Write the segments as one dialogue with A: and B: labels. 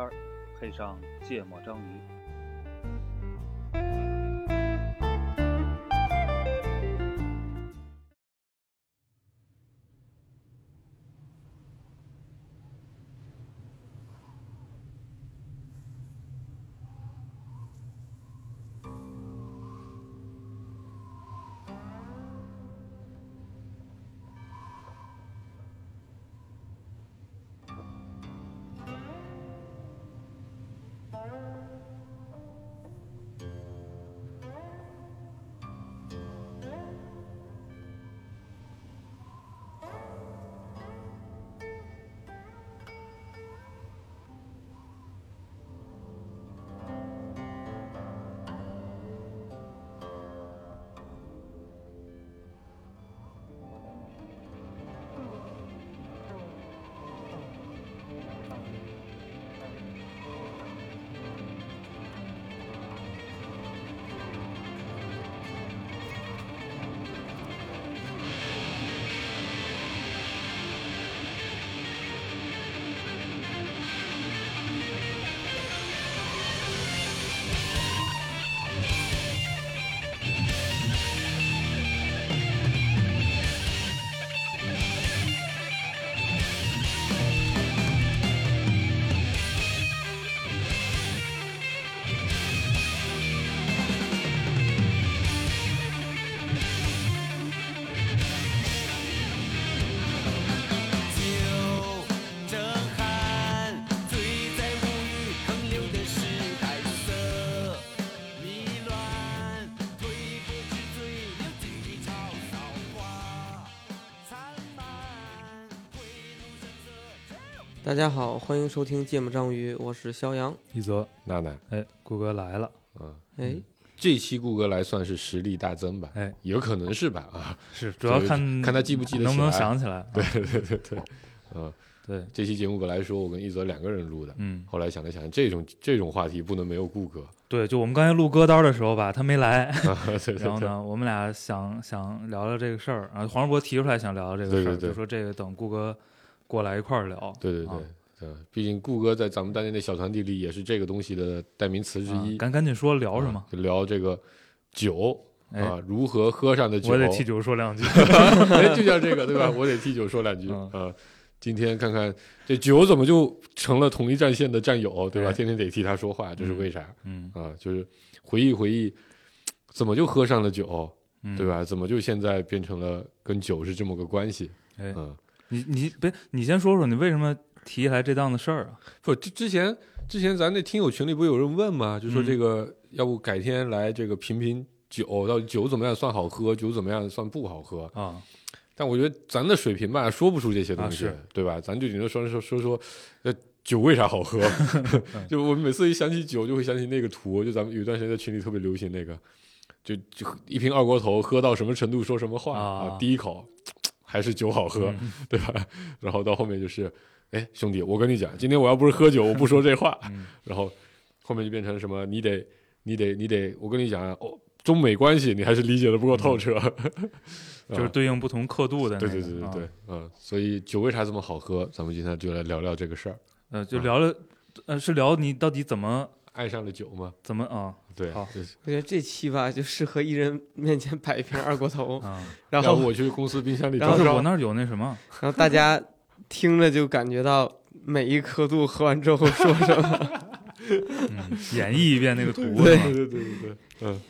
A: 儿，配上芥末章鱼。
B: 酒正酣，醉在物欲横流的时代，色迷乱，推波之罪，流进一朝韶华灿烂，回炉声色。
C: 大家好，欢迎收听《芥末章鱼》，我是肖阳。
D: 一泽，
E: 娜娜，
D: 哎，顾哥来了，
E: 嗯，
C: 哎，
E: 这期顾哥来算是实力大增吧？
D: 哎，
E: 有可能是吧？啊，
D: 是主要
E: 对
D: 看
E: 看他记不记得
D: 能不能
E: 起来啊
D: 想起来。对
E: 对对对对，嗯，
D: 对，
E: 这期节目本来说我跟一泽两个人录的，
D: 嗯，
E: 后来想了想，这种这种话题不能没有顾哥，
D: 对，就我们刚才录歌单的时候吧，他没来，
E: 啊对对
D: 然后
E: 对，
D: 呢，我们俩想想聊聊这个事儿，然后黄世博提出来想聊聊这个
E: 对
D: 事儿，
E: 对对
D: 就说这个等顾哥过来一块儿聊。
E: 对对
D: 啊
E: 对，嗯，毕竟顾哥在咱们当年的小团体里也是这个东西的代名词之
D: 啊
E: 一，
D: 赶赶紧说聊什
E: 啊
D: 么？
E: 就聊这个酒
D: 哎
E: 啊，如何喝上的酒，
D: 我得替酒说两 句。
E: 哎，就像这个对吧？我得替酒说两句
D: 嗯
E: 啊、今天看看这酒怎么就成了同一战线的战友，对吧？
D: 哎
E: 天天得替他说话，这是为啥啊、
D: 嗯，
E: 就是回忆回忆，怎么就喝上了酒，
D: 嗯
E: 对？吧？怎么就现在变成了跟酒是这么个关系？
D: 哎
E: 嗯、，
D: 你你别，你先说说你为什么提起来这档子事儿啊？
E: 不，之之前之前咱那听友群里不有人问吗？就说这个、要不改天来这个品品酒，到底酒怎么样算好喝，酒怎么样算不好喝？
D: 啊，
E: 但我觉得咱的水平吧，说不出这些东
D: 啊
E: 西，
D: 是
E: 对吧？咱就只能说说说说，呃，酒为啥好 喝？嗯 就我每次一想起酒，就会想起那个图，就咱们有一段时间在群里特别流行那个，就就一瓶二锅头喝到什么程度说什么话
D: 啊嗯
E: 第一口嘖嘖还是酒好喝， 对吧？然后到后面就是，哎，兄弟，我跟你讲，今天我要不是喝酒，我不说这话。
D: 嗯
E: 然后后面就变成什么，你得你得你得，我跟你讲啊，哦，中美关系你还是理解的不够透彻。
D: 就是对应不同刻度的那
E: 对
D: 个。
E: 对对对
D: 啊
E: 对，嗯，所以酒为啥这么好喝？咱们今天就来聊聊这个事儿。
D: 呃，
E: 啊
D: 就聊聊，呃，是聊你到底怎么
E: 爱上了酒吗？
D: 怎么啊
E: 对，
D: 好
E: 就是
C: 我觉得这期吧就适合一人面前摆一瓶二锅 头，
E: 哦
D: 啊？
C: 然
E: 要不
C: 后
E: 我去公司冰箱里
C: 然后
E: 找
D: 不是
E: 找。
D: 我那儿有那什 么，
C: 然后大家听着就感觉到每一刻度喝完之后说什么。
D: 嗯，演绎一遍那个图
E: 对
D: 是吗
E: 对对对对，嗯，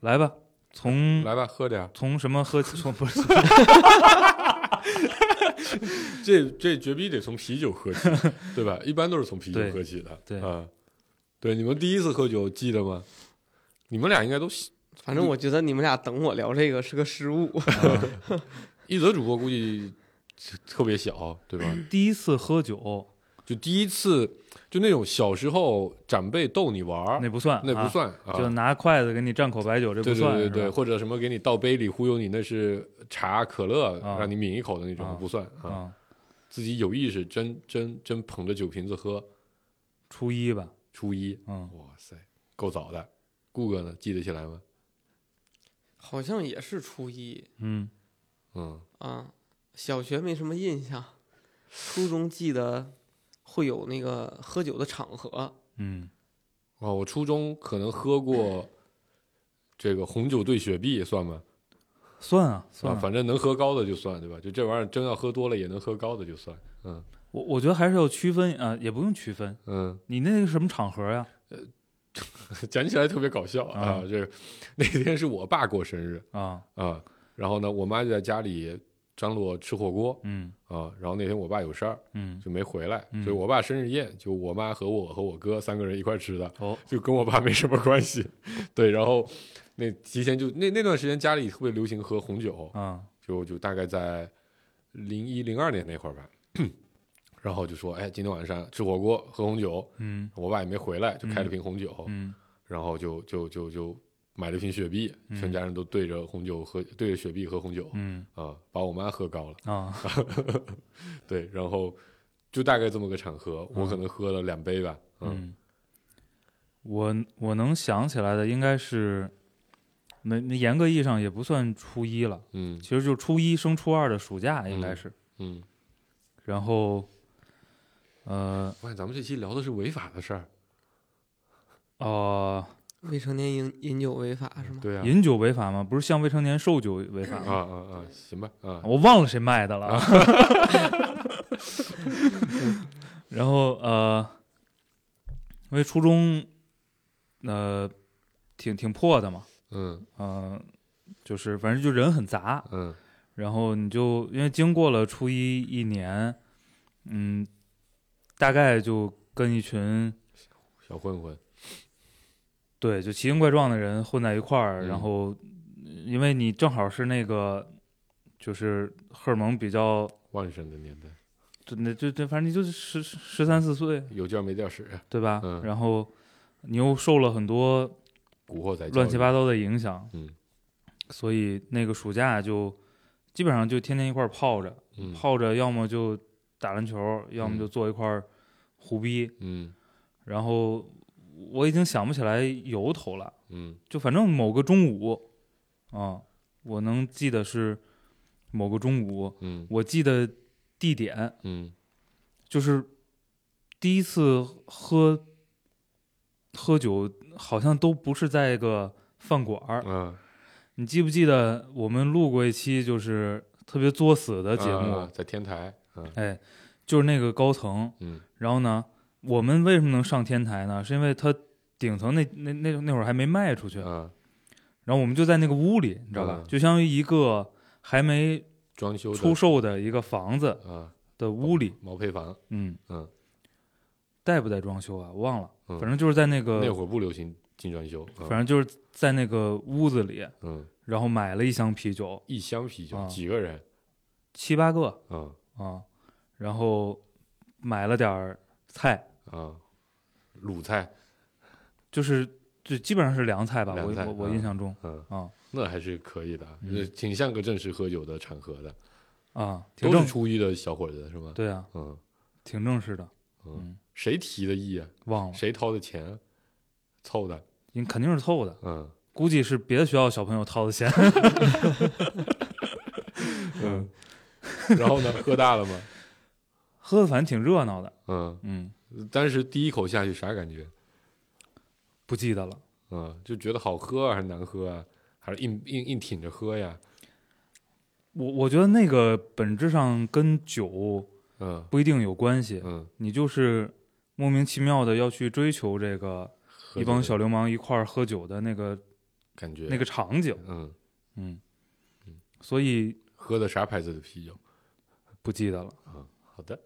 D: 来吧，从
E: 来吧，喝点儿。
D: 从什么喝起？从不是
E: 这这绝逼得从啤酒喝 起，对吧？一般都是从啤酒
D: 对
E: 喝起的。
D: 对
E: 啊，对，你们第一次喝酒记得吗？你们俩应该都
C: 反正我觉得你们俩等我聊这个是个失误。
E: 一泽主播估计特别小，对吧？
D: 第一次喝酒，
E: 就第一次就那种小时候长辈逗你玩儿，
D: 那不算，
E: 那不算
D: 啊，
E: 啊，
D: 就拿筷子给你蘸口白酒，这不
E: 对
D: 算，
E: 对对
D: 是
E: 对，
D: 吧
E: 或者什么给你倒杯里忽悠你那是茶可乐，
D: 啊
E: 让你抿一口的那
D: 啊
E: 种不算啊，
D: 啊，
E: 自己有意识真真真捧着酒瓶子喝。
D: 初一吧，
E: 初一，
D: 嗯，
E: 哇塞，够早的。顾哥呢，记得起来吗？
C: 好像也是初一
D: 嗯，
E: 嗯，
C: 啊，小学没什么印象，初中记得会有那个喝酒的场合，
D: 嗯
E: 哦，我初中可能喝 过这个红酒兑雪碧，算吗？
D: 算啊
E: 啊，
D: 算啊，
E: 反正能喝高的就算，对吧？就这玩意儿，真要喝多了也能喝高的就算。嗯
D: 我我觉得还是要区分啊、也不用区分，
E: 嗯，
D: 你那个什么场合呀？
E: 讲起来特别搞笑啊
D: 啊！
E: 这个那天是我爸过生日
D: 啊，
E: 啊，然后呢，我妈就在家里张罗吃火锅
D: 嗯
E: 啊，然后那天我爸有事儿
D: 嗯，
E: 就没回来，
D: 嗯
E: 所以我爸生日宴就我妈和我和我哥三个人一块儿吃的，
D: 哦，
E: 就跟我爸没什么关系。 对，然后那提前就那那段时间家里特别流行喝红酒，
D: 啊
E: 就就大概在零一零二年那会儿吧， 然后就说，哎，今天晚上吃火锅喝红酒，
D: 嗯
E: 我爸也没回来，就开了瓶红酒，
D: 嗯
E: 然后就就就就买了一瓶雪碧，
D: 嗯
E: 全家人都对着红酒喝，对着雪碧喝红酒，
D: 嗯
E: 啊，把我妈喝高了，
D: 啊，
E: 对，然后就大概这么个场合，我
D: 嗯
E: 可能喝了两杯吧，嗯
D: 嗯，我我能想起来的应该是，那那严格意义上也不算初一了，
E: 嗯
D: 其实就初一升初二的暑假应该
E: 嗯
D: 是。
E: 嗯，
D: 然后，呃
E: 我看咱们这期聊的是违法的事儿，
D: 哦、
C: 未成年饮饮酒违法是吗？
E: 对啊，
D: 饮酒违法吗？不是向未成年售酒违法
E: 啊
D: 吗？
E: 啊啊，行吧，啊，
D: 我忘了谁卖的了。 然后呃，因为初中呃挺挺破的嘛，
E: 嗯
D: 嗯、就是反正就人很杂，
E: 嗯
D: 然后你就因为经过了初一一年，嗯，大概就跟一群
E: 小混混，
D: 对就奇形怪状的人混在一块儿，
E: 嗯
D: 然后因为你正好是那个就是荷尔蒙比较。
E: 旺盛的年代，
D: 就那就就反正你就是十十三四岁，
E: 有劲儿没地儿使，
D: 对吧？
E: 嗯
D: 然后你又受了很多
E: 古惑仔教育
D: 乱七八糟的影响，
E: 嗯
D: 所以那个暑假就基本上就天天一块儿泡着，
E: 嗯
D: 泡着要么就打篮球，要么就坐一块儿胡逼，
E: 嗯
D: 然后我已经想不起来由头了，
E: 嗯
D: 就反正某个中午，啊，我能记得是某个中午，
E: 嗯
D: 我记得地点
E: 嗯
D: 就是第一次喝喝酒，好像都不是在一个饭馆儿。
E: 啊，
D: 你记不记得我们录过一期就是特别作死的节目？
E: 啊在天台，嗯
D: 哎，就是那个高层。
E: 嗯
D: 然后呢，我们为什么能上天台呢？是因为它顶层那那那那会儿还没卖出去，
E: 啊，
D: 然后我们就在那个屋里，你知道吧？
E: 嗯
D: 就相当于一个还没
E: 装修的
D: 出售的一个房子
E: 啊，
D: 的屋里。
E: 毛坯房，
D: 嗯
E: 嗯，
D: 带不带装修啊？我忘了，
E: 嗯
D: 反正就是在那个
E: 那会儿不流行精装修，嗯
D: 反正就是在那个屋子里，
E: 嗯，
D: 然后买了一箱啤酒，
E: 一箱啤酒
D: 啊
E: 几个人
D: 七八个
E: 啊
D: 啊，然后买了点儿菜，
E: 啊，鲁菜，
D: 就是就基本上是凉菜吧，
E: 凉
D: 我
E: 菜
D: 我我
E: 啊
D: 印象中
E: 嗯，
D: 啊
E: 那还是可以的，啊
D: 嗯
E: 就是挺像个正式喝酒的场合的，
D: 啊，挺
E: 都
D: 正
E: 是初一的小伙子是吗？
D: 对啊，
E: 嗯，
D: 挺正式的，
E: 嗯
D: 嗯，
E: 谁提的意啊？
D: 忘了，
E: 谁掏的钱啊？凑的，
D: 你肯定是凑的，
E: 嗯
D: 估计是别的学校小朋友掏的钱，
E: 嗯， 然后呢，喝大了吗？
D: 喝的反正挺热闹的，
E: 嗯。
D: 嗯，
E: 当时第一口下去啥感觉？
D: 不记得了，
E: 嗯，就觉得好喝啊，还是难喝啊，还是硬硬硬挺着喝呀？
D: 我我觉得那个本质上跟酒
E: 嗯
D: 不一定有关系，
E: 嗯，
D: 你就是莫名其妙的要去追求这个。
E: 喝
D: 一帮
E: 酒
D: 小流氓一块儿喝酒的那个
E: 感觉
D: 那个场景，
E: 嗯，
D: 嗯
E: 嗯，
D: 所以
E: 喝的啥牌子的啤酒？
D: 不记得了，
E: 好的，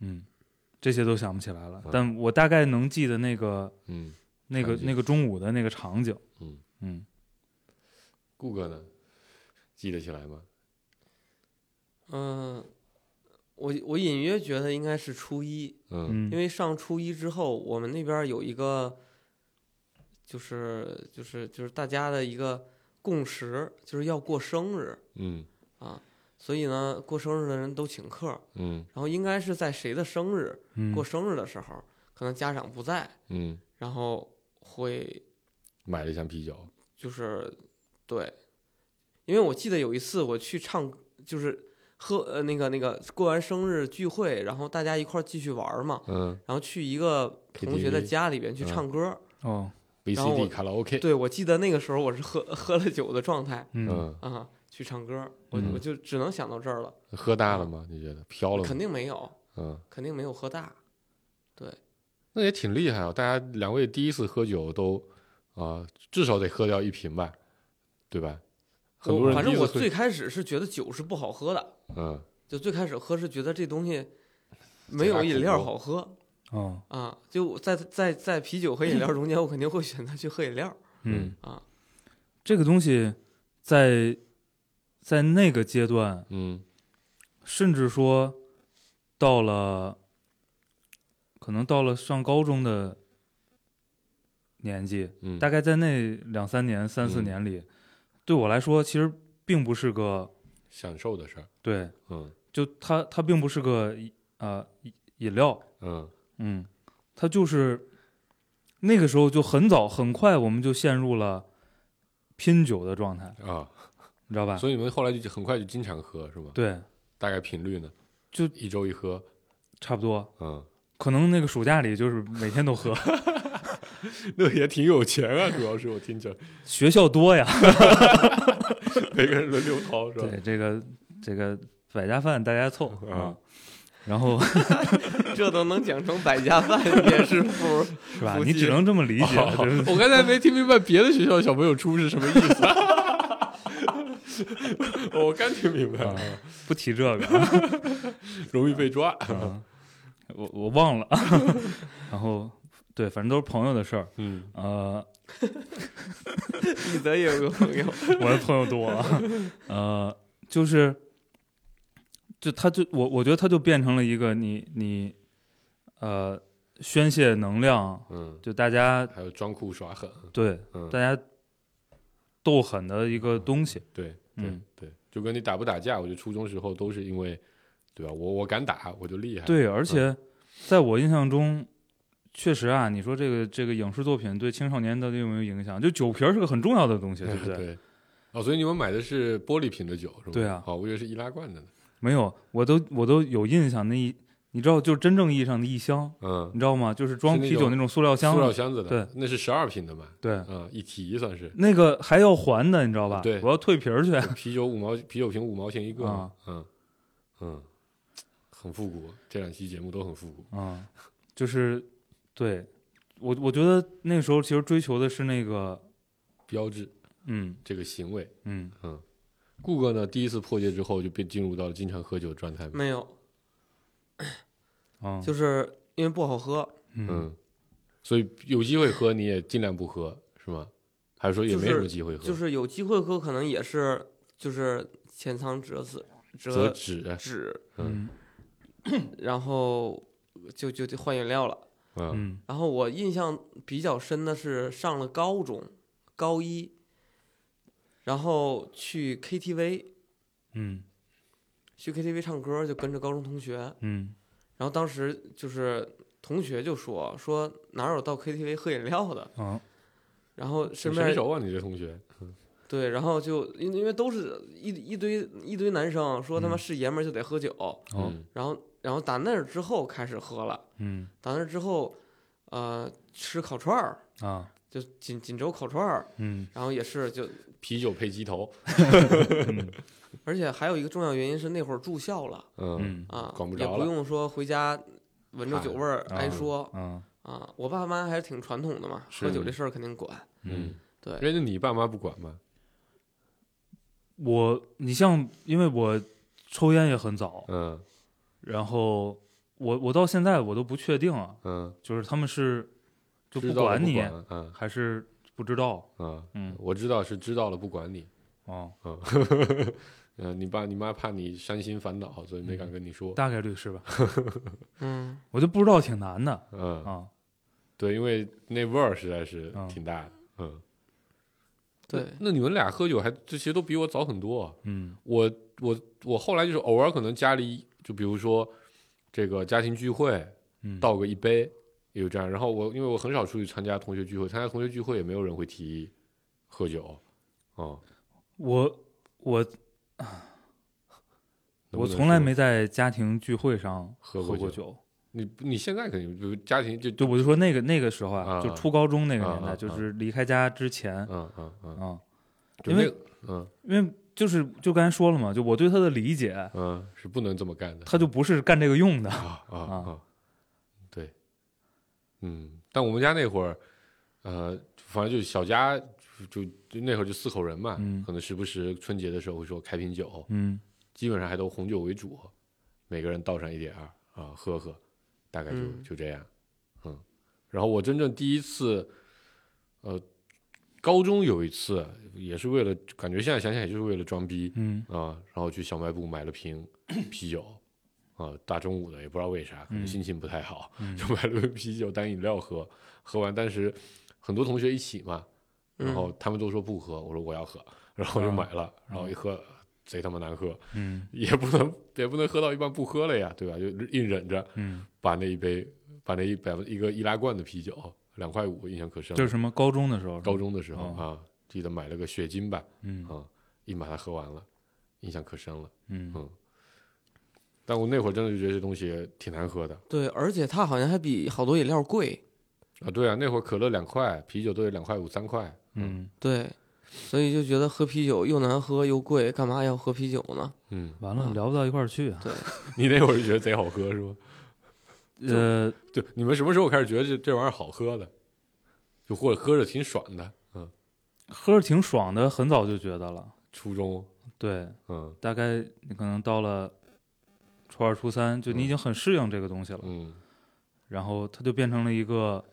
D: 嗯，这些都想不起来了
E: 嗯，
D: 但我大概能记得那个
E: 嗯，
D: 那个
E: 场景
D: 那个中午的那个场景，
E: 嗯
D: 嗯，
E: 顾哥呢？记得起来吗？
C: 嗯、我我隐约觉得应该是初一，
E: 嗯
D: 嗯
C: 因为上初一之后，我们那边有一个，就是就是就是大家的一个共识，就是要过生日
E: 嗯
C: 啊，所以呢，过生日的人都请客，
E: 嗯
C: 然后应该是在谁的生日，
D: 嗯
C: 过生日的时候，可能家长不在，
E: 嗯，
C: 然后会
E: 买了一箱啤酒。
C: 就是对，因为我记得有一次我去唱，就是喝呃那个那个过完生日聚会，然后大家一块儿继续玩儿嘛，
E: 嗯
C: 然后去一个同学的
E: KTV
C: 家里边去
E: 嗯
C: 唱歌。
D: 哦，
C: 然后我
E: ，VCD 卡拉 OK，
C: 对，我记得那个时候我是喝喝了酒的状态
D: 嗯，
E: 嗯，
C: 啊，去唱歌，我、
E: 嗯
C: 我就只能想到这儿了，
E: 喝大了吗？你觉得飘了吗？
C: 肯定没有，
E: 嗯，
C: 肯定没有喝大。
E: 那也挺厉害啊！大家两位第一次喝酒都啊、至少得喝掉一瓶吧，对吧？很多
C: 我
E: 人
C: 反
E: 第
C: 正
E: 一
C: 我
E: 次喝
C: 最开始是觉得酒是不好喝的，
E: 嗯
C: 就最开始喝是觉得这东 西没有饮料好喝
D: 哦，
C: 啊，就我在在在啤酒和饮料中间，我肯定会选择去喝饮料。
D: 嗯
C: 啊，
D: 这个东西在在那个阶段，
E: 嗯
D: 甚至说到了可能到了上高中的年纪，
E: 嗯，
D: 大概在那两三年、三四
E: 嗯
D: 年里，对我来说其实并不是个
E: 享受的事儿，
D: 对，
E: 嗯
D: 就它它并不是个呃饮饮料，
E: 嗯
D: 嗯，它就是那个时候就很早很快我们就陷入了拼酒的状态，
E: 啊，
D: 你知道吧？
E: 所以你们后来就很快就经常喝是吗？
D: 对，
E: 大概频率呢？
D: 就
E: 一周一喝，
D: 差不多，
E: 嗯，
D: 可能那个暑假里就是每天都喝，
E: 那也挺有钱啊，主要是我听 着
D: 学校多呀，
E: 每个人轮流掏是吧？
D: 对，这个这个百家饭大家凑
E: 啊，
D: 然后
C: 这都能讲成百家饭也是 福。
D: 是吧？
C: 夫妻
D: 你只能这么理解，就是
E: 我刚才没听明白别的学校小朋友出是什么意思， 我刚听明白
D: 啊
E: 了，
D: 不提这个 啊。
E: 容易被抓。
D: 啊我我忘了， 然后对，反正都是朋友的事儿。
E: 嗯
D: 呃，
C: 你的也有个朋友，
D: 我的朋友多了，呃，就是，就他就我我觉得他就变成了一个你你，呃，宣泄能量，
E: 嗯，
D: 就大家
E: 还有装酷耍狠，
D: 对
E: 嗯，
D: 大家斗狠的一个东西。
E: 对，对
D: 嗯，
E: 对，就跟你打不打架，我觉得初中时候都是因为，对吧？我我敢打，我就厉害。，
D: 对，而且在我印象中，确实啊，你说这个这个影视作品对青少年到底有没有影响？就酒瓶儿是个很重要的东西，对不对？
E: 对。哦，所以你们买的是玻璃瓶的酒是吗？
D: 对啊
E: 哦，我以为是易拉罐的呢。
D: 没有，我都我都有印象，那一你知道，就真正意义上的一箱，
E: 嗯
D: 你，知道吗？就是装
E: 是那
D: 啤酒
E: 种
D: 那种塑料箱
E: 塑料
D: 子，
E: 箱啊子的，
D: 对，
E: 那是十二瓶的嘛？
D: 对，
E: 嗯，一提算是
D: 那个还要还的，你知道吧？
E: 对
D: 我要退皮儿去。
E: 啤酒五毛，啤酒瓶五毛钱一个嘛
D: 啊。
E: 嗯嗯，很复古，这两期节目都很复古。
D: 嗯，就是对我我觉得那时候其实追求的是那个，
E: 标志
D: 嗯
E: 这个行为，
D: 嗯，
E: 顾哥呢，第一次破戒之后就被进入到了经常喝酒的状态吗。
C: 没有，
D: 啊，
C: 就是因为不好喝，
D: 嗯
E: 嗯，所以有机会喝你也尽量不喝，是吗？还是说也没什么机会喝？
C: 就是有机会喝，可能也是就是浅尝辄止，
E: 折
C: 辄
E: 纸啊，
C: 止，
E: 嗯
D: 嗯
C: 然后就就就换饮料了。
E: 嗯
D: 嗯
C: 然后我印象比较深的是上了高中，高一，然后去 KTV
D: 嗯
C: 去 KTV 唱歌，就跟着高中同学。
D: 嗯
C: 然后当时就是同学就说说哪有到 KTV 喝饮料的，
D: 啊
C: 然后身
E: 很
C: 边
E: 成熟啊，你这同学，
C: 对，然后就因因为都是一一堆一堆男生说他妈
D: 嗯
C: 是爷们儿就得喝酒，
D: 哦
E: 嗯
C: 然后然后打那儿之后开始喝了，
D: 嗯
C: 打那儿之后，呃，吃烤串儿，
D: 啊
C: 就锦锦州烤串儿，
D: 嗯
C: 然后也是就，
E: 啤酒配鸡头，
D: 嗯
C: 而且还有一个重要原因是那会儿住校了
E: 嗯
D: 嗯
C: 啊，
E: 管不
C: 也
E: 着
C: 不
E: 了
C: 用说回家闻着
E: 嗨
C: 酒味儿挨
D: 啊
C: 说
D: 啊
C: 啊，我爸妈还是挺传统的嘛，
E: 是
C: 喝酒这事儿肯定管，
E: 嗯，
C: 对，
E: 人家你爸妈不管吗？
D: 我你像，因为我抽烟也很早，
E: 嗯
D: 然后我我到现在我都不确定啊，
E: 嗯，
D: 就是他们是就
E: 知
D: 不
E: 道了
D: 管
E: 不
D: 你
E: 管啊
D: 还是不知道，
E: 啊，
D: 嗯
E: 我知道是知道了不管你，
D: 哦，
E: 嗯，嗯，你爸你妈怕你伤心烦恼，所以没敢
D: 嗯
E: 跟你说，
D: 大概率是吧？
C: 嗯，
D: 我就不知道，挺难的
E: 嗯，
D: 啊。
E: 对，因为那味儿实在是
D: 嗯
E: 挺大的，嗯，
C: 对，
E: 那你们俩喝酒还这些都比我早很多啊，
D: 嗯
E: 我我我后来就是偶尔可能家里就比如说这个家庭聚会
D: 嗯，
E: 倒个一杯也有这样，然后我因为我很少出去参加同学聚会，参加同学聚会也没有人会提议喝酒，哦、
D: 我我我
E: 能不能
D: 从来
E: 说
D: 没在家庭聚会上
E: 喝过
D: 过
E: 酒
D: 酒。
E: 你你现在肯定就家庭就
D: 对，我就说那个那个时候啊，
E: 啊
D: 就初高中那个
E: 啊
D: 年代，
E: 啊
D: 就
E: 啊
D: 是离开家之前啊、
E: 嗯嗯嗯，就
D: 因为
E: 那个嗯
D: 因为就是就刚才说了嘛，就我对他的理解，
E: 嗯是不能这么干的，
D: 他就不是干这个用的。
E: 啊啊
D: 啊
E: 啊，对，嗯，但我们家那会儿，呃，反正就小家就就那会儿就四口人嘛，
D: 嗯
E: 可能时不时春节的时候会说开瓶酒，
D: 嗯
E: 基本上还都红酒为主，每个人倒上一点儿啊，喝喝，大概就、
C: 嗯
E: 就这样，嗯。然后我真正第一次，呃，高中有一次也是为了，感觉现在想想也就是为了装逼
D: 嗯
E: 啊，然后去小卖部买 了瓶啤酒，啊，大中午的也不知道为啥，可能
D: 嗯
E: 心情不太好，
D: 嗯
E: 就买了瓶啤酒当饮料喝，喝完当时很多同学一起嘛，
C: 嗯
E: 然后他们都说不喝，我说我要喝，然后我就
D: 嗯啊
E: 买了，然后一喝贼他妈难喝，
D: 嗯
E: 也不能也不能喝到一半不喝了呀，对吧？就硬忍着
D: 嗯，
E: 把那一杯把那一百分一个易拉罐的啤酒两块五，印象可深了。
D: 这是什么？高中的时候？
E: 高。中的时候、
D: 哦
E: 啊，记得买了个雪晶吧，
D: 嗯
E: 啊，硬把它喝完了，印象可深了。
D: 嗯
E: 嗯但我那会儿真的就觉得这东西挺难喝的
C: 对，而且它好像还比好多饮料贵，
E: 啊，对啊，那会儿可乐两块，啤酒都得两块五三块，
D: 嗯，
C: 对，所以就觉得喝啤酒又难喝又贵，干嘛要喝啤酒呢？
E: 嗯，
D: 完了，
C: 啊
D: 聊不到一块儿去啊。
E: 你那会儿就觉得贼好喝是吧？
D: 呃，
E: 对，你们什么时候开始觉得这这玩意儿好喝的？就或者喝着挺爽的，嗯，
D: 喝着挺爽的，很早就觉得了。
E: 初中，
D: 对，
E: 嗯
D: 大概你可能到了初二、初三，就你已经很适应这个东西了，
E: 嗯
D: 然后它就变成了一个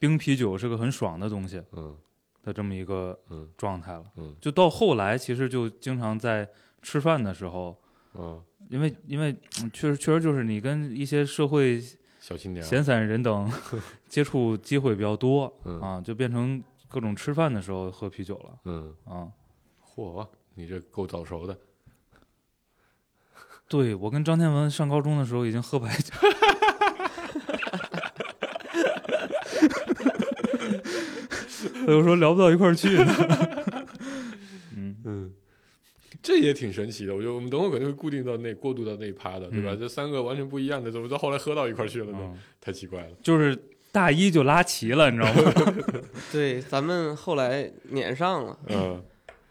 D: 冰啤酒是个很爽的东西
E: 嗯
D: 的这么一个
E: 嗯
D: 状态了。
E: 嗯
D: 就到后来，其实就经常在吃饭的时候，
E: 嗯，
D: 因为因为嗯确实确实就是你跟一些社会
E: 小心点儿，
D: 闲散人 等接触机会比较多
E: 嗯
D: 啊，就变成各种吃饭的时候喝啤酒了
E: 嗯，
D: 啊。
E: 嚯，你这够早熟的，
D: 对我跟张天文上高中的时候已经喝白酒， 所以我说聊不到一块儿去呢。 嗯
E: 嗯，这也挺神奇的。我觉得我们等会儿肯定会固定到那过渡到那一趴的，对吧？
D: 嗯
E: 这三个完全不一样的，怎么到后来喝到一块儿去了呢？
D: 嗯，
E: 太奇怪 了。
D: 就是大一就拉齐了，你知道 吗？
C: 对，咱们后来撵上了。
E: 嗯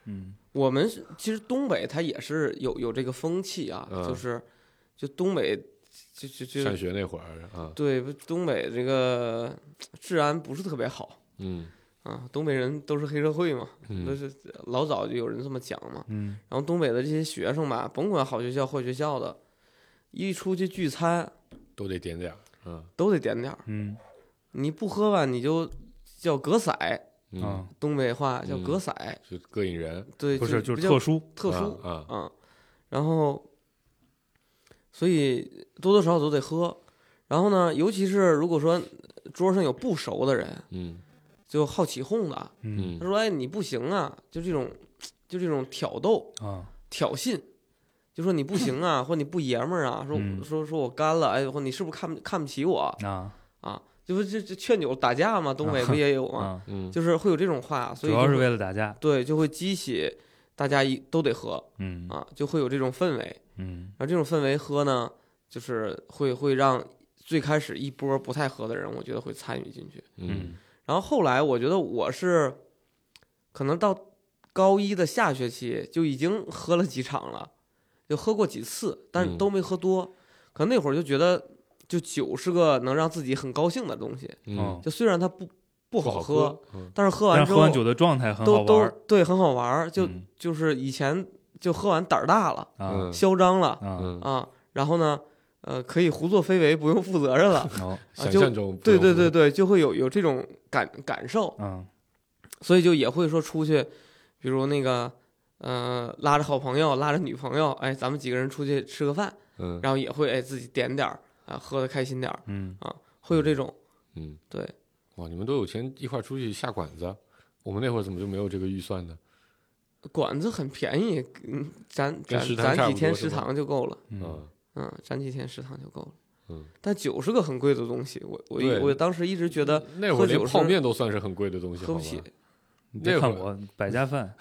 D: 嗯
C: 我们是其实东北它也是有有这个风气啊，
E: 嗯
C: 就是就东北就就就
E: 上学那会儿啊，
C: 对东北这个治安不是特别好
E: 嗯
C: 啊，东北人都是黑社会嘛，都
E: 嗯
C: 是老早就有人这么讲嘛。
D: 嗯
C: 然后东北的这些学生吧，甭管好学校坏学校的，一出去聚餐
E: 都得点点儿，嗯
C: 都得点点儿，
D: 嗯
C: 你不喝吧你就叫格色，
E: 嗯，
D: 啊，
C: 东北话叫
E: 嗯
C: 格色，
E: 就膈应人，
C: 对，
D: 不是，就
C: 比
D: 是
C: 较
D: 特殊，
C: 特殊
E: 啊啊
C: 啊，然后，所以多多少少都得喝。然后呢，尤其是如果说桌上有不熟的人，
E: 嗯
C: 就好起哄的，
D: 嗯
E: 嗯
C: 他说：“哎，你不行啊！”就这种，就这种挑逗、
D: 啊，
C: 挑衅，就说你不行啊，或你不爷们儿啊，说
D: 嗯
C: 说说我干了，哎，或你是不是看不看不起我
D: 那
C: 啊？这不就就劝酒打架嘛，东北不也有吗？
D: 啊，
E: 嗯，
C: 就是会有这种话，所
D: 主
C: 以
D: 要
C: 就是会
D: 为了打架。
C: 对，就会激起大家一都得喝
D: 嗯
C: 啊，就会有这种氛围。
D: 嗯
C: 然后这种氛围喝呢，就是会会让最开始一波不太喝的人，我觉得会参与进去。
E: 嗯
C: 然后后来我觉得我是，可能到高一的下学期就已经喝了几场了，就喝过几次，但是
E: 嗯
C: 都没喝多。可能那会儿就觉得，就酒是个能让自己很高兴的东西。
E: 嗯，
C: 就虽然它不不
E: 不
C: 好
E: 喝，嗯
C: 但是 喝
D: 但
C: 完
D: 是
C: 之
D: 哦喝
C: 后
D: 完酒的状态很好
C: 都
D: 玩
C: 都
D: 儿，
C: 对很好玩儿。就、
D: 嗯
C: 就是以前就喝完胆儿大了，
D: 啊
E: 嗯
C: 嚣张了。
D: 啊，。
E: 嗯，
C: 啊，然后呢，呃，可以胡作非为，不用负责任了
D: 哦
E: 想象中
C: 对对对，对，就会有有这种感感受，
D: 嗯
C: 所以就也会说出去，比如那个，呃，拉着好朋友，拉着女朋友，哎，咱们几个人出去吃个饭，
E: 嗯
C: 然后也会哎自己点点儿啊，喝的开心点儿，
D: 嗯
C: 会有这种
E: 嗯，
C: 对，
E: 哇，你们都有钱一块儿出去下馆子，我们那会儿怎么就没有这个预算呢？
C: 馆子很便宜，嗯，攒
E: 跟
C: 攒
E: 食堂差
C: 攒几
E: 不多
C: 天
E: 是
C: 食
E: 吧
C: 堂就够了，
D: 嗯
E: 嗯
C: 嗯，攒几天食堂就够了。
E: 嗯。
C: 但酒是个很贵的东西，我我一
E: 对
C: 我当时一直觉得
E: 那会儿
C: 喝酒
E: 连泡
C: 是
E: 面都算是很贵的东西，
C: 喝不
E: 好吧
C: 起，
D: 你别
E: 那
D: 看
E: 会儿
D: 我百家饭，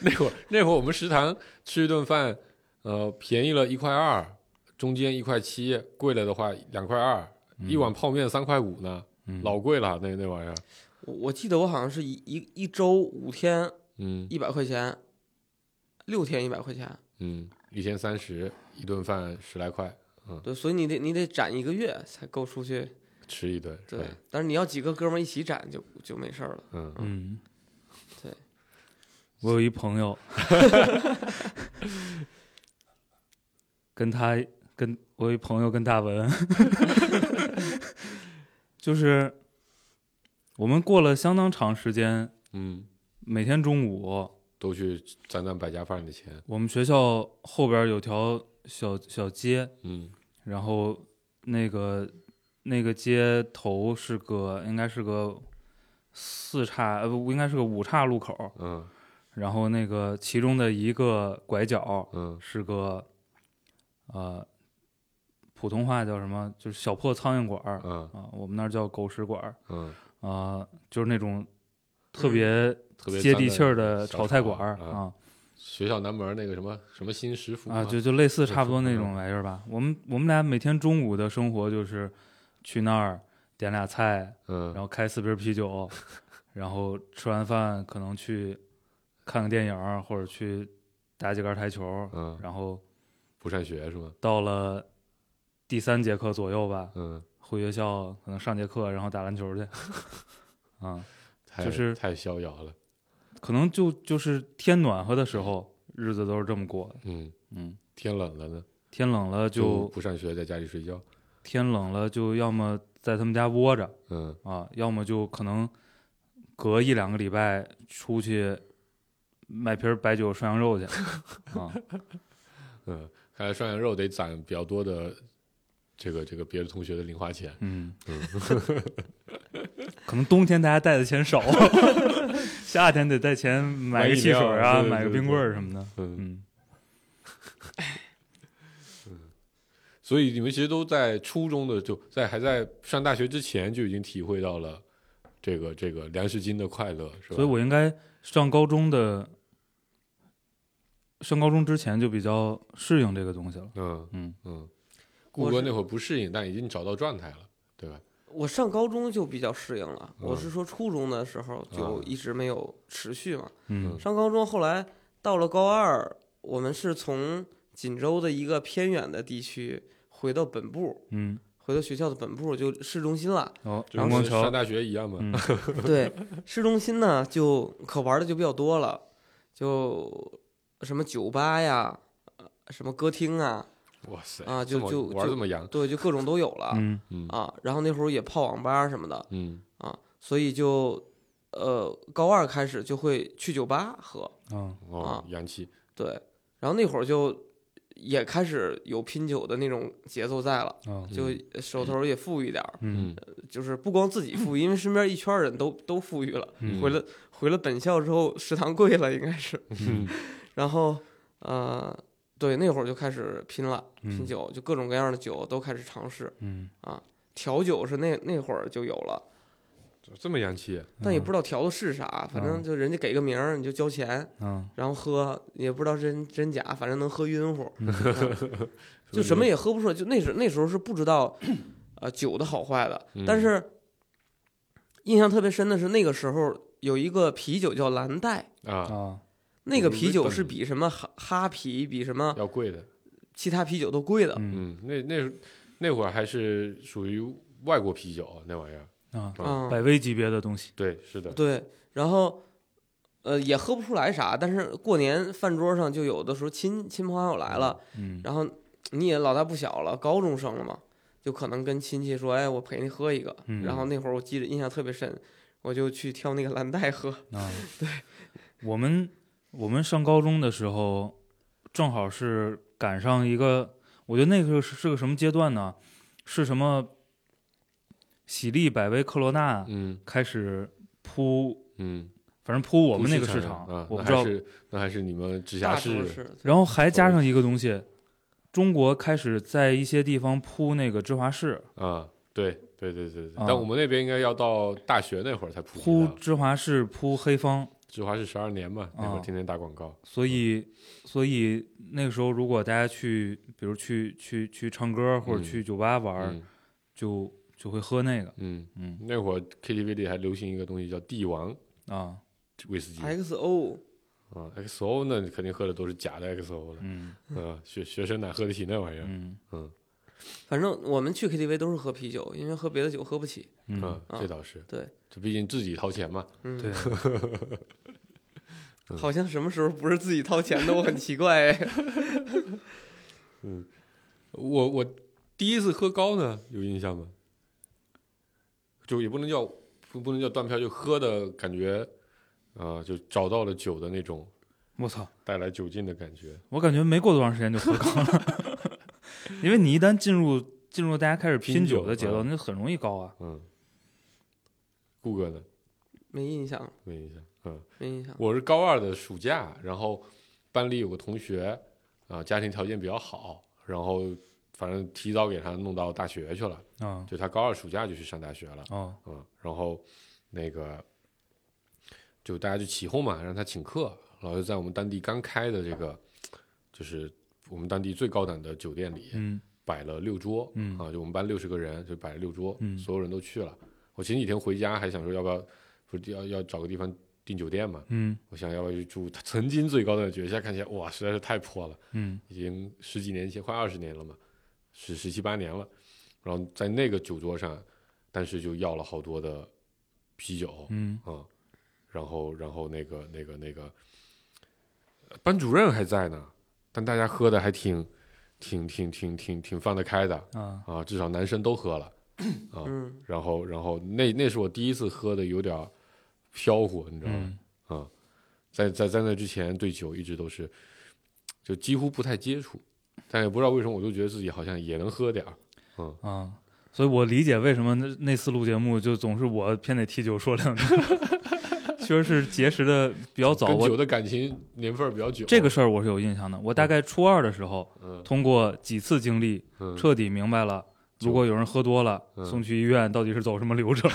E: 那会儿那会儿我们食堂吃一顿饭，呃，便宜了一块二，中间一块七，贵了的话两块二，一碗泡面三块五呢，
D: 嗯
E: 老贵了那那玩意儿。
C: 我我记得我好像是一一一周五天
E: 嗯
C: 一百块钱，六天一百块钱，
E: 嗯，一天三十，一顿饭十来块，
C: 对，所以你得你得攒一个月才够出去，
E: 吃一顿。是
C: 对
E: 吧，
C: 但是你要几个哥们儿一起攒就就没事儿了。
E: 嗯，
D: 嗯，
C: 对，
D: 我有一朋友，跟他跟我有一朋友跟大文，就是我们过了相当长时间，
E: 嗯，
D: 每天中午
E: 都去攒攒百家饭的钱。
D: 我们学校后边有条小小街，
E: 嗯
D: 然后那个那个街头是个应该是个四岔呃不应该是个五岔路口，
E: 嗯
D: 然后那个其中的一个拐角
E: 嗯
D: 是个呃普通话叫什么就是小破苍蝇馆儿啊、
E: 嗯
D: 我们那儿叫狗屎馆儿
E: 嗯，
D: 啊、就是那种特别
E: 特别
D: 接
E: 脏
D: 地气儿的
E: 小
D: 炒菜馆儿
E: 炒
D: 啊。
E: 学校南门那个什么什么新食府嗯
D: 啊，就就类似
E: 对
D: 差不多
E: 是
D: 那种玩意儿吧。我们我们俩每天中午的生活就是去那儿点俩菜，然
E: 嗯
D: 后开四瓶啤酒，然后吃完饭可能去看个电影儿或者去打几杆台球，
E: 嗯，
D: 然后
E: 不上学是吗？
D: 到了第三节课左右吧，
E: 嗯，
D: 回学校可能上节课，然后打篮球去。啊、
E: 太
D: 就是
E: 太逍遥了。
D: 可能就就是天暖和的时候，日子都是这么过的。
E: 嗯，
D: 嗯，
E: 天冷了呢，
D: 天冷了
E: 就
D: 就
E: 不上学，在家里睡觉。
D: 天冷了就要么在他们家窝着
E: 嗯
D: 啊，要么就可能隔一两个礼拜出去买瓶儿白酒涮羊肉 去啊。
E: 嗯，看来涮羊肉得攒比较多的这个这个别的同学的零花钱。
D: 嗯， 可能冬天大家带的钱少， 夏天得带钱买个汽水儿啊，
E: 买饮料对
D: 买个
E: 对
D: 冰棍儿什么的。
E: 嗯，
D: 嗯，
E: 所以你们其实都在初中的就在还在上大学之前就已经体会到了这个这个粮食金的快乐，是吧？
D: 所以我应该上高中的，上高中之前就比较适应这个东西了。
E: 嗯
D: 嗯
E: 嗯，顾
C: 我
E: 哥
C: 是
E: 那会儿不适应，但已经找到状态了，对吧？
C: 我上高中就比较适应了，
E: 嗯
C: 我是说初中的时候就一直没有持续嘛。
D: 嗯
C: 上高中后来到了高二，我们是从锦州的一个偏远的地区回到本部，
D: 嗯，
C: 回到学校的本部，就市中心了。
D: 哦，
E: 就
D: 阳光
E: 跟上
D: 桥，
E: 大学一样嘛。
D: 嗯
C: 对，市中心呢就可玩的就比较多了，就什么酒吧呀，呃什么歌厅啊，
E: 哇塞
C: 啊就
E: 这么
C: 就
E: 玩
C: 就
E: 这么洋，
C: 对，就各种都有了、
D: 嗯
E: 嗯
C: 啊。然后那会儿也泡网吧什么的
E: 嗯
C: 啊，所以就呃高二开始就会去酒吧喝，
D: 啊，
E: 哦，洋气，
C: 对，然后那会儿就也开始有拼酒的那种节奏在了。
D: 啊，
C: 就手头儿也富裕点儿，
D: 嗯
E: 嗯
C: 就是不光自己富裕，因为身边一圈儿人都都富裕了。
D: 嗯
C: 回了回了本校之后，食堂贵了，应该是。
E: 嗯
C: 然后呃，对，那会儿就开始拼了，拼
D: 嗯
C: 酒，就各种各样的酒都开始尝试。
D: 嗯，
C: 调酒是那那会儿就有了，
E: 这么洋气，啊
C: 但也不知道调的是啥，反正
D: 嗯
C: 就人家给个名儿，你就交钱，
D: 啊，
C: 然后喝，也不知道真真假，反正能喝晕乎，
D: 嗯
C: 嗯就什么也喝不出来。就那时那时候是不知道，呃，酒的好坏的，但
E: 嗯
C: 是印象特别深的是那个时候有一个啤酒叫蓝带。
E: 啊，
D: 啊，
C: 那个
E: 嗯
C: 啤酒是
E: ，Ribbon
C: 比什么哈哈啤、比什么
E: 要贵的。
C: 其他啤酒都贵的，
D: 啊嗯
E: 嗯，那那那会儿还是属于外国啤酒那玩意儿，
D: 啊，
C: 嗯，
D: 百威级别的东西，
E: 对，是的，
C: 对，然后呃也喝不出来啥，但是过年饭桌上就有的时候亲亲朋好友来了，
D: 嗯
C: 然后你也老大不小了，高中生了嘛，就可能跟亲戚说，哎，我陪你喝一个。
D: 嗯
C: 然后那会儿我记得印象特别深，我就去挑那个蓝带喝，
D: 啊，对，我们我们上高中的时候，正好是赶上一个，我觉得那个是是个什么阶段呢？是什么？喜力、百威、科罗娜
E: 嗯
D: 开始铺，
E: 嗯，
D: 反正铺我们那个
E: 不
D: 市
E: 市
D: 场
E: 啊，，
D: 我不
E: 那
D: 知道
E: 还。是那还是你们直辖
C: 大城
E: 市，
C: 市，
D: 然后还加上一个东西，中国开始在一些地方铺那个芝华士，
E: 啊，对对对对对，
D: 啊
E: 但我们那边应该要到大学那会儿才普及
D: 呼
E: 的，
D: 芝华士铺黑方，
E: 芝华士十二年嘛，那会儿
D: 啊
E: 天天打广告，
D: 所以所以那个时候如果大家去，比如去去去唱歌或者
E: 嗯
D: 去酒吧玩儿，
E: 嗯
D: 就就会喝那个，
E: 嗯，
D: 嗯
E: 那会儿 KTV 里还流行一个东西叫帝王
D: 啊，
E: 威士忌
C: 哎
E: 啊
C: XO，
E: ，XO 那你肯定喝的都是假的 XO 了，
D: 嗯
E: 嗯，学学生哪喝得起那玩意儿？
D: 嗯
E: 嗯
C: 反正我们去 KTV 都是喝啤酒，因为喝别的酒喝不起。
D: 嗯，
E: 嗯，这倒是，
C: 对，
E: 这毕竟自己掏钱嘛，
C: 嗯，
D: 对，
C: 好像什么时候不是自己掏钱的，我很奇怪哎。
E: 我我第一次喝高呢，有印象吗？就也不能叫不不能叫断片，就喝的感觉，啊、就找到了酒的那种
D: 我操，
E: 带来酒劲的感觉。
D: 我感觉没过多长时间就喝高了， 因为你一旦进入进入大家开始拼
E: 拼酒
D: 酒的节奏，
E: 嗯
D: 那就很容易高啊，
E: 嗯，顾哥呢？
C: 没印象，
E: 没印象。嗯，
C: 没印象。
E: 我是高二的暑假，然后班里有个同学啊、家庭条件比较好，然后反正提早给他弄到大学去了，
D: 啊
E: 就他高二暑假就去上大学了。
D: 哦
E: 嗯，然后那个就大家就起哄嘛，让他请客，然后就在我们当地刚开的这个，就是我们当地最高档的酒店里
D: 嗯
E: 摆了六桌，
D: 嗯
E: 啊，就我们班六十个人就摆了六桌，
D: 嗯
E: 所有人都去了。我前几天回家还想说要不要，不是要要找个地方订酒店嘛，
D: 嗯
E: 我想要不要去住曾经最高档的酒店，现在看起来哇实在是太破了。
D: 嗯
E: 已经十几年前，快二十年了嘛，十十七八年了。然后在那个酒桌上，但是就要了好多的啤酒，
D: 嗯
E: 嗯，然后然后那个那个那个班主任还在呢，但大家喝的还挺挺挺挺挺挺放得开的
D: 啊
E: 啊，至少男生都喝了。
D: 哦
C: 嗯，
E: 然后然后那那是我第一次喝的有点儿飘忽，你知道吗？
D: 嗯
E: 啊，在在在那之前对酒一直都是，就几乎不太接触，但也不知道为什么，我就觉得自己好像也能喝点儿。
D: 啊。所以我理解为什么那那次录节目就总是我偏得替酒说两句， 确实是结识的比较早。
E: 跟
D: 我
E: 酒的感情年份儿比较久。
D: 这个事儿我是有印象的，我大概初二的时候，
E: 嗯，
D: 通过几次经历，
E: 嗯
D: 彻底明白了，
E: 就
D: 如果有人喝多了，
E: 嗯
D: 送去医院到底是走什么流程。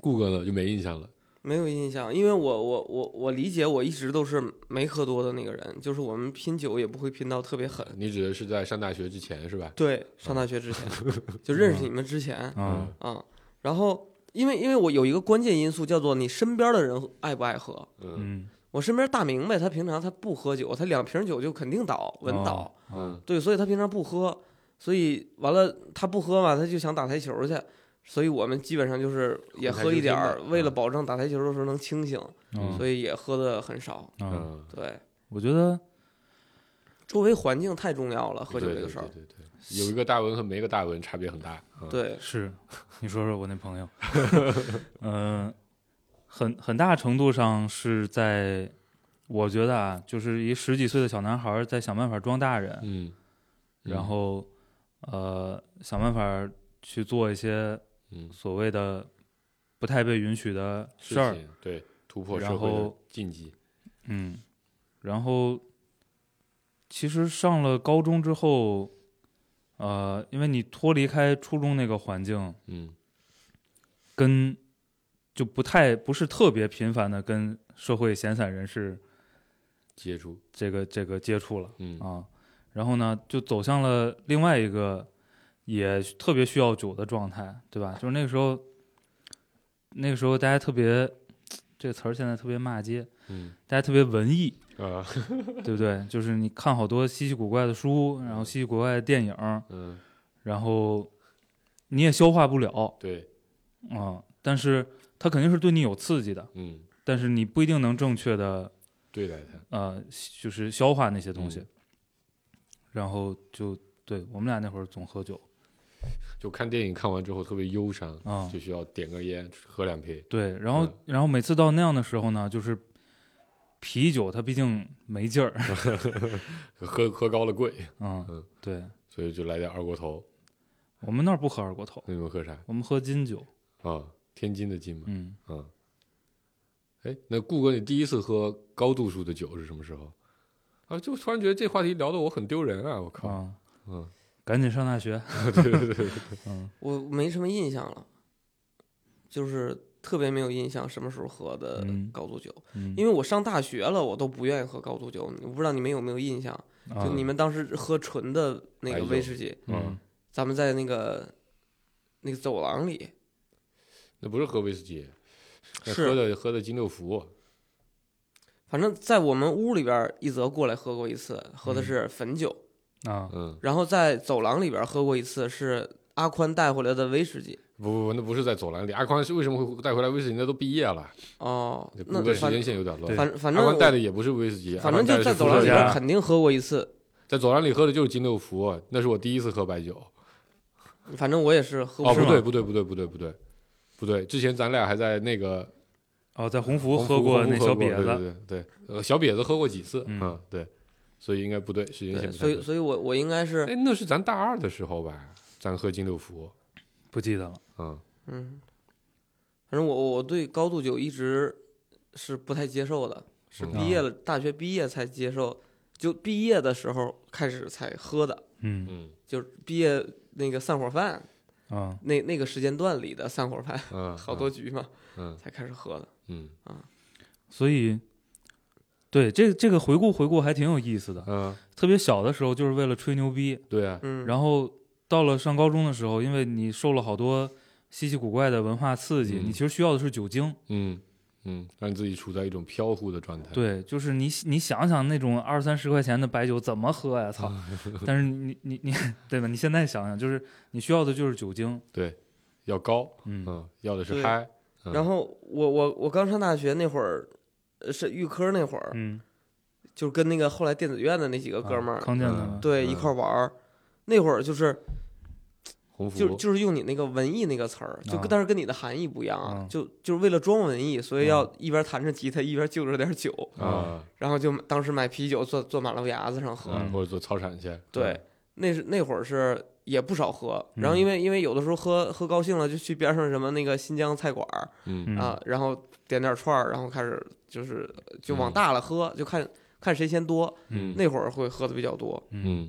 E: 顾哥呢就没印象了。
C: 没有印象，因为我我我我理解，我一直都是没喝多的那个人，就是我们拼酒也不会拼到特别狠。
E: 你指的是在上大学之前是吧？
C: 对，上大学之前就认识你们之前
E: 嗯
D: 啊，
C: 啊，然后因为因为我有一个关键因素叫做你身边的人爱不爱喝。
E: 嗯
D: 嗯，
C: 我身边大明白，他平常他不喝酒，他两瓶酒就肯定倒，稳倒。
D: 哦
E: 嗯
C: 对，所以他平常不喝，所以完了他不喝嘛，他就想打台球去，所以我们基本上就是也
E: 互
C: 喝
E: 相
C: 一点
E: 纠
C: 儿
E: 纷，吧
C: 为了
E: 嗯
C: 保证打台球的时候能清醒，
E: 嗯
D: 嗯
C: 所以也喝的很少。
D: 嗯，
E: 嗯，
C: 对，
D: 我觉得
C: 周围环境太重要了，喝酒
E: 对
C: 这个
E: 对
C: 事儿。
E: 对对对，有一个大文和没一个大文差别很大。嗯，
C: 对，
D: 是，你说说我那朋友， 嗯，很很大程度上是在，我觉得啊，就是一十几岁的小男孩儿在想办法装大人，
E: 嗯，
D: 然后呃想办法去做一些
E: 嗯
D: 所谓的不太被允许的
E: 事
D: 事儿，
E: 情对突破
D: 然
E: 社会的
D: 后
E: 禁忌。
D: 嗯，然后其实上了高中之后，呃，因为你脱离开初中那个环境，
E: 嗯
D: 跟就不太不是特别频繁的跟社会闲散人士
E: 接触。
D: 这个这个接触了
E: 嗯
D: 啊，然后呢，就走向了另外一个也特别需要酒的状态，对吧？就是那个时候，那个时候大家特别这个词儿现在特别骂街，
E: 嗯
D: 大家特别文艺，
E: 啊
D: 对不对？就是你看好多稀奇古怪的书，然后稀奇古怪的电影，
E: 嗯，
D: 然后你也消化不了啊、
E: 对，
D: 但是它肯定是对你有刺激的，
E: 嗯，
D: 但是你不一定能正确的
E: 对待他。
D: 呃，就是消化那些东西。
E: 嗯
D: 然后就对我们俩那会儿总喝酒
E: 就看电影看完之后特别忧伤，
D: 啊、
E: 就需要点根烟，喝两杯。
D: 对，然后、
E: 嗯
D: 然后每次到那样的时候呢，就是啤酒它毕竟没劲儿，
E: 喝喝高了贵，
D: 嗯
E: 嗯，
D: 对
E: 所以就来点二锅头。
D: 我们那儿不喝二锅头，
E: 那你们喝啥
D: 我们喝金酒，
E: 啊？天津的津嘛，
D: 嗯。
E: 嗯。哎，那顾哥，你第一次喝高度数的酒是什么时候？啊，就突然觉得这话题聊的我很丢人啊！我靠，
D: 啊，
E: 嗯，
D: 赶紧上大学，
E: 对对对对，
D: 嗯，
C: 我没什么印象了，就是特别没有印象什么时候喝的
D: 嗯
C: 高度酒，
D: 嗯
C: 因为我上大学了，我都不愿意喝高度酒。我不知道你们有没有印象？
D: 啊
C: 就你们当时喝纯的那
E: 白
C: 个
E: 酒
C: 威士忌，
D: 嗯
C: 咱们在那个那个走廊里，
E: 那不是喝威士忌，那
C: 是
E: 喝的喝的金六福，
C: 反正在我们屋里边儿，一泽过来喝过一次，喝的是汾酒，
D: 啊
E: 嗯，
C: 然后在走廊里边儿喝过一次是阿宽带回来的威士忌。
E: 不不不，那不是在走廊里。阿宽是为什么会带回来威士忌？那都毕业了，
C: 哦
E: 这，
C: 那
E: 工作时
C: 反
E: 间线有点
D: 对
E: 乱。
C: 反反
E: 阿
C: 正
E: 宽带
C: 我
E: 的也不是威士忌，
C: 反
E: 阿
C: 正
E: 宽带
C: 就
E: 的
C: 在
E: 是伏
C: 走
E: 特
C: 廊里
E: 加
C: 边
D: 家
C: 儿肯定喝过一次，
E: 在走廊里喝的就是金六福，那是我第一次喝白酒。
C: 反正我也是喝过一
E: 哦，
C: 次。
E: 不
D: 吗
E: 对不对不对不对不对不对，之前咱俩还在那个
D: 哦，在鸿福
E: 鸿
D: 喝
E: 福
D: 过
E: 鸿福
D: 那
E: 喝
D: 小瘪
E: 对
D: 子，
E: 对对对，呃，小瘪子喝过几次？
D: 嗯
E: 嗯，对，所以应该不对，时间线
C: 对，
E: 不
C: 所
E: 太
C: 以
E: 对。
C: 所以我我应该是
E: 哎，那是咱大二的时候吧，咱喝金六福，
D: 不记得了。
E: 嗯，
C: 嗯，反正我我对高度酒一直是不太接受的，是
E: 嗯
C: 毕业了大学毕业才接受，就毕业的时候开始才喝的，
D: 嗯
E: 嗯
C: 就是毕业那个散伙饭
D: 啊，
C: 那那个时间段里的散伙饭，
E: 嗯，
C: 好多局嘛，
E: 嗯
C: 才开始喝的。
E: 嗯
D: 所以对这这个回顾回顾还挺有意思的。
E: 嗯，
D: 特别小的时候就是为了吹牛逼，
E: 对啊，
C: 嗯，
D: 然后到了上高中的时候，因为你受了好多稀奇古怪的文化刺激，
E: 嗯
D: 你其实需要的是酒精。
E: 嗯嗯，让你自己处在一种飘忽的状态。，
D: 对，就是你你想想那种二三十块钱的白酒怎么喝呀？ 操！但是你你你对吧？你现在想想，就是你需要的就是酒精。
E: 要高，
D: 嗯
E: 嗯，要的是
C: 对
E: 嗨，嗯
C: 然后我我我刚上大学那会儿，呃是预科那会儿，
D: 嗯，
C: 就是跟那个后来电子院的那几个哥们儿、
D: 啊康健他们
E: 嗯
C: 对一块儿玩儿，那会儿就是
E: 鸿嗯福，
C: 就就是用你那个文艺那个词儿，就
D: 啊
C: 跟但是跟你的含义不一样啊，
D: 嗯
C: 就就是为了装文艺，所以要一边弹着吉他一边就着点酒，
E: 啊，
C: 然后就当时买啤酒坐坐马路牙子上喝，
E: 啊
D: 嗯
E: 或者做操场去，嗯
C: 对，那是那会儿是也不少喝，然后
D: 嗯
C: 因为因为有的时候喝喝高兴了，就去边上什么那个新疆菜馆儿
E: 嗯，
D: 嗯
C: 啊，然后点点串儿，然后开始就是就往
E: 嗯
C: 大了喝，就看看谁先多，
E: 嗯
C: 那会儿会喝的比较多，
E: 嗯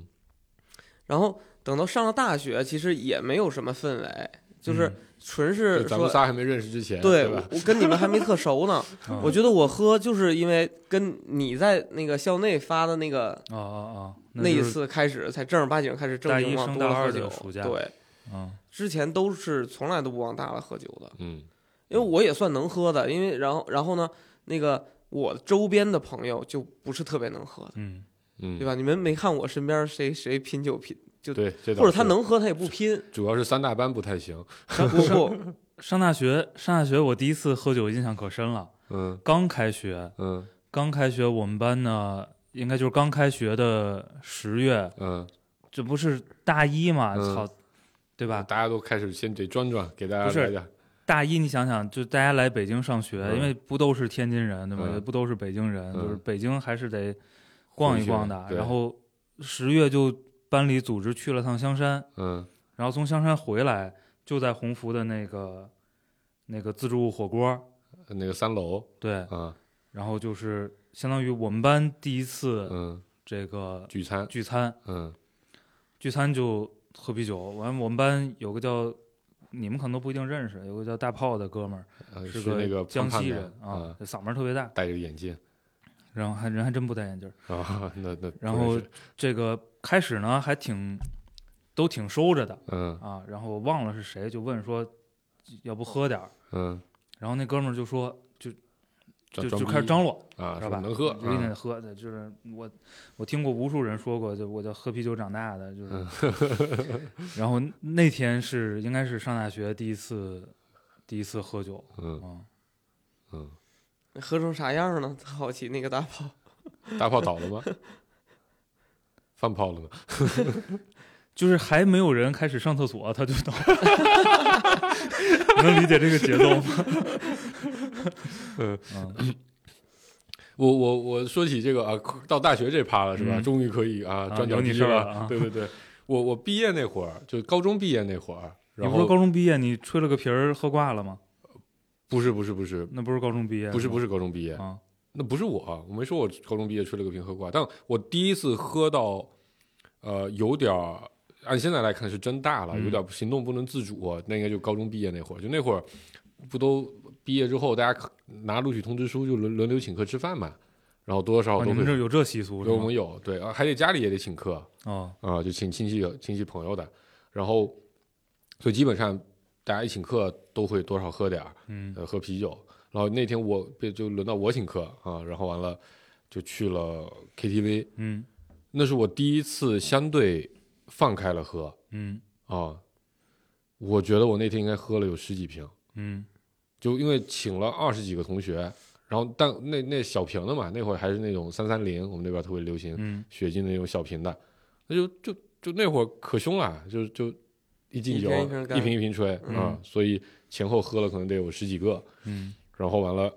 C: 然后等到上了大学，其实也没有什么氛围，就是
D: 嗯
C: 纯
E: 就是咱
C: 说
E: 们仨还没认识之前，
C: 对，
E: 吧
C: 我？我跟你们还没特熟 呢。
D: 啊
C: 我觉得我喝就是因为跟你在那个校内发的那个
D: 啊啊啊，
C: 那一
D: 就是
C: 次开始，才正儿八经开始正
D: 大
C: 经
D: 一
C: 往
D: 升
C: 多了
D: 大
C: 喝
D: 二的
C: 酒。
D: 暑假
C: 对，
D: 啊
C: 之前都是从来都不往大了喝酒的，
E: 嗯
C: 因为我也算能喝的。因为然后然后呢，那个我周边的朋友就不是特别能喝的，
D: 嗯
E: 嗯，
C: 对？吧？你们没看我身边谁谁拼酒拼，
E: 对，这倒
C: 或者他
E: 是，
C: 能喝他也不拼，
E: 主要是三大班不太行，
C: 不不，
D: 上大学上大学我第一次喝酒印象可深了，
E: 嗯
D: 刚开学
E: 嗯
D: 刚开学我们班呢。应该就是刚开学的十月，
E: 嗯，
D: 这不是大一嘛？
E: 嗯
D: 操，对吧？
E: 大家都开始先得装装，给大
D: 不
E: 家
D: 是
E: 来点，
D: 大一，你想想，就大家来北京上学，
E: 嗯
D: 因为不都是天津人，对吧？
E: 嗯
D: 也不都是北京人，
E: 嗯
D: 就是北京还是得逛一逛的
E: 回。去对
D: 然后十月就班里组织去了趟香山，
E: 嗯
D: 然后从香山回来就在鸿福的那个那个自助火锅，
E: 那个三楼
D: 对，
E: 啊，
D: 然后就是相当于我们班第一次
E: 嗯，
D: 这个
E: 聚餐，
D: 聚餐，
E: 嗯
D: 聚餐就喝啤酒。完，我们班有个叫你们可能都不一定认识，有个叫大炮的哥们儿。
E: 呃
D: 是
E: 那个
D: 江
E: 胖胖
D: 西
E: 的
D: 人啊
E: 啊，，
D: 嗓门儿特别大，
E: 戴着眼镜
D: 然后还人还真不戴眼镜儿。
E: 啊，那那
D: 然
E: 不
D: 后
E: 认识
D: 这个开始呢还挺都挺收着的
E: 嗯
D: 啊，然后我忘了是谁就问说要不喝点儿，
E: 嗯，
D: 然后那哥们儿就说
E: 装
D: 就
E: 装
D: 就开始
E: 逼
D: 张罗，
E: 啊，
D: 知
E: 说
D: 道吧？
E: 能喝，
D: 就一定
E: 啊
D: 得喝的，就是我我听过无数人说过，就我叫喝啤酒长大的，就是。
E: 嗯
D: 然后那天是应该是上大学第一次第一次喝酒
E: 嗯
D: 啊，
E: 嗯，
C: 喝成啥样呢？ 好奇那个大炮。
E: 大炮倒了吗？ 放炮了吗？
D: 就是还没有人开始上厕所，他就倒。 能理解这个节奏 吗？嗯
E: 我我我说起这个啊，到大学这趴了是吧？
D: 嗯
E: 终于可以啊，
D: 啊
E: 转脚
D: 有你
E: 踢
D: 事儿
E: 了。
D: 了啊
E: 对对对，我我毕业那会儿，就高中毕业那会儿，
D: 你
E: 然
D: 不是
E: 后
D: 高中毕业，你吹了个皮儿喝挂了吗？
E: 不是不是不是
D: 那不是高中毕业，
E: 不是不
D: 是
E: 是高中毕业，
D: 啊，
E: 那不是我啊，我没说我高中毕业吹了个平喝挂，但我第一次喝到，呃，有点儿按现在来看是真大了，
D: 嗯
E: 有点儿行动不能自主、啊那应该就高中毕业那会儿，就那会儿不都毕业之后，大家可拿录取通知书就轮轮流请客吃饭嘛，然后多多
D: 哦
E: 少少
D: 你
E: 都会
D: 们这，有这习俗是
E: 对，我
D: 吗
E: 们？有对，啊还得家里也得请客，
D: 哦，
E: 啊、就请亲戚亲戚朋友的，然后所以基本上大家一请客都会多少喝点儿，
D: 嗯
E: 呃，喝啤酒。然后那天我被就轮到我请客啊，然后完了就去了 KTV，
D: 嗯
E: 那是我第一次相对放开了喝
D: 嗯
E: 啊，我觉得我那天应该喝了有十几瓶，
D: 嗯
E: 就因为请了二十几个同学。然后，但那那小瓶的嘛，那会儿还是那种三三零，我们那边特别流行，
D: 嗯，
E: 雪晶的那种小瓶的，那就就就那会儿可凶了，就就一
C: 一
E: 进酒
C: 瓶一瓶干
E: 一瓶一瓶吹啊、
D: 嗯
E: 所以前后喝了可能得有十几个，
D: 嗯
E: 然后完了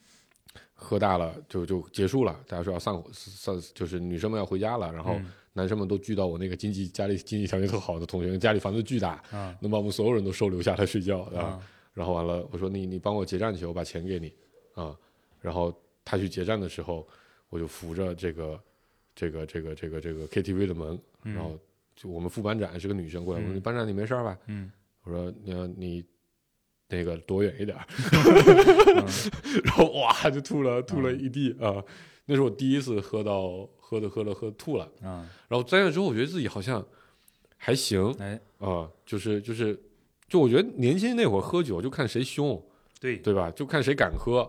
E: 喝大了就就结束了，大家说要散散就是女生们要回家了，然后啊
D: 嗯
E: 男生们都聚到我那个经济家里经济条件特好的同学家里房子巨大，
D: 啊
E: 能把我们所有人都收留下来睡觉啊
D: 啊
E: 然后完了，我说你你帮我结账去，我把钱给你啊。然后他去结账的时候，我就扶着这个这个这个这个这个 KTV 的门，
D: 嗯
E: 然后就我们副班长是个女生过来，我说
D: 嗯
E: 你班长你没事儿吧？
D: 嗯
E: 我说你你那个躲远一 点儿，然后哇就吐了吐了一地啊。那是我第一次喝到喝的喝了喝吐了，
D: 啊，
E: 然后在那之后我觉得自己好像还行
D: 哎，
E: 啊，就是就是就我觉得年轻那会儿喝酒就看谁凶。
D: 对，
E: 对吧？就看谁敢喝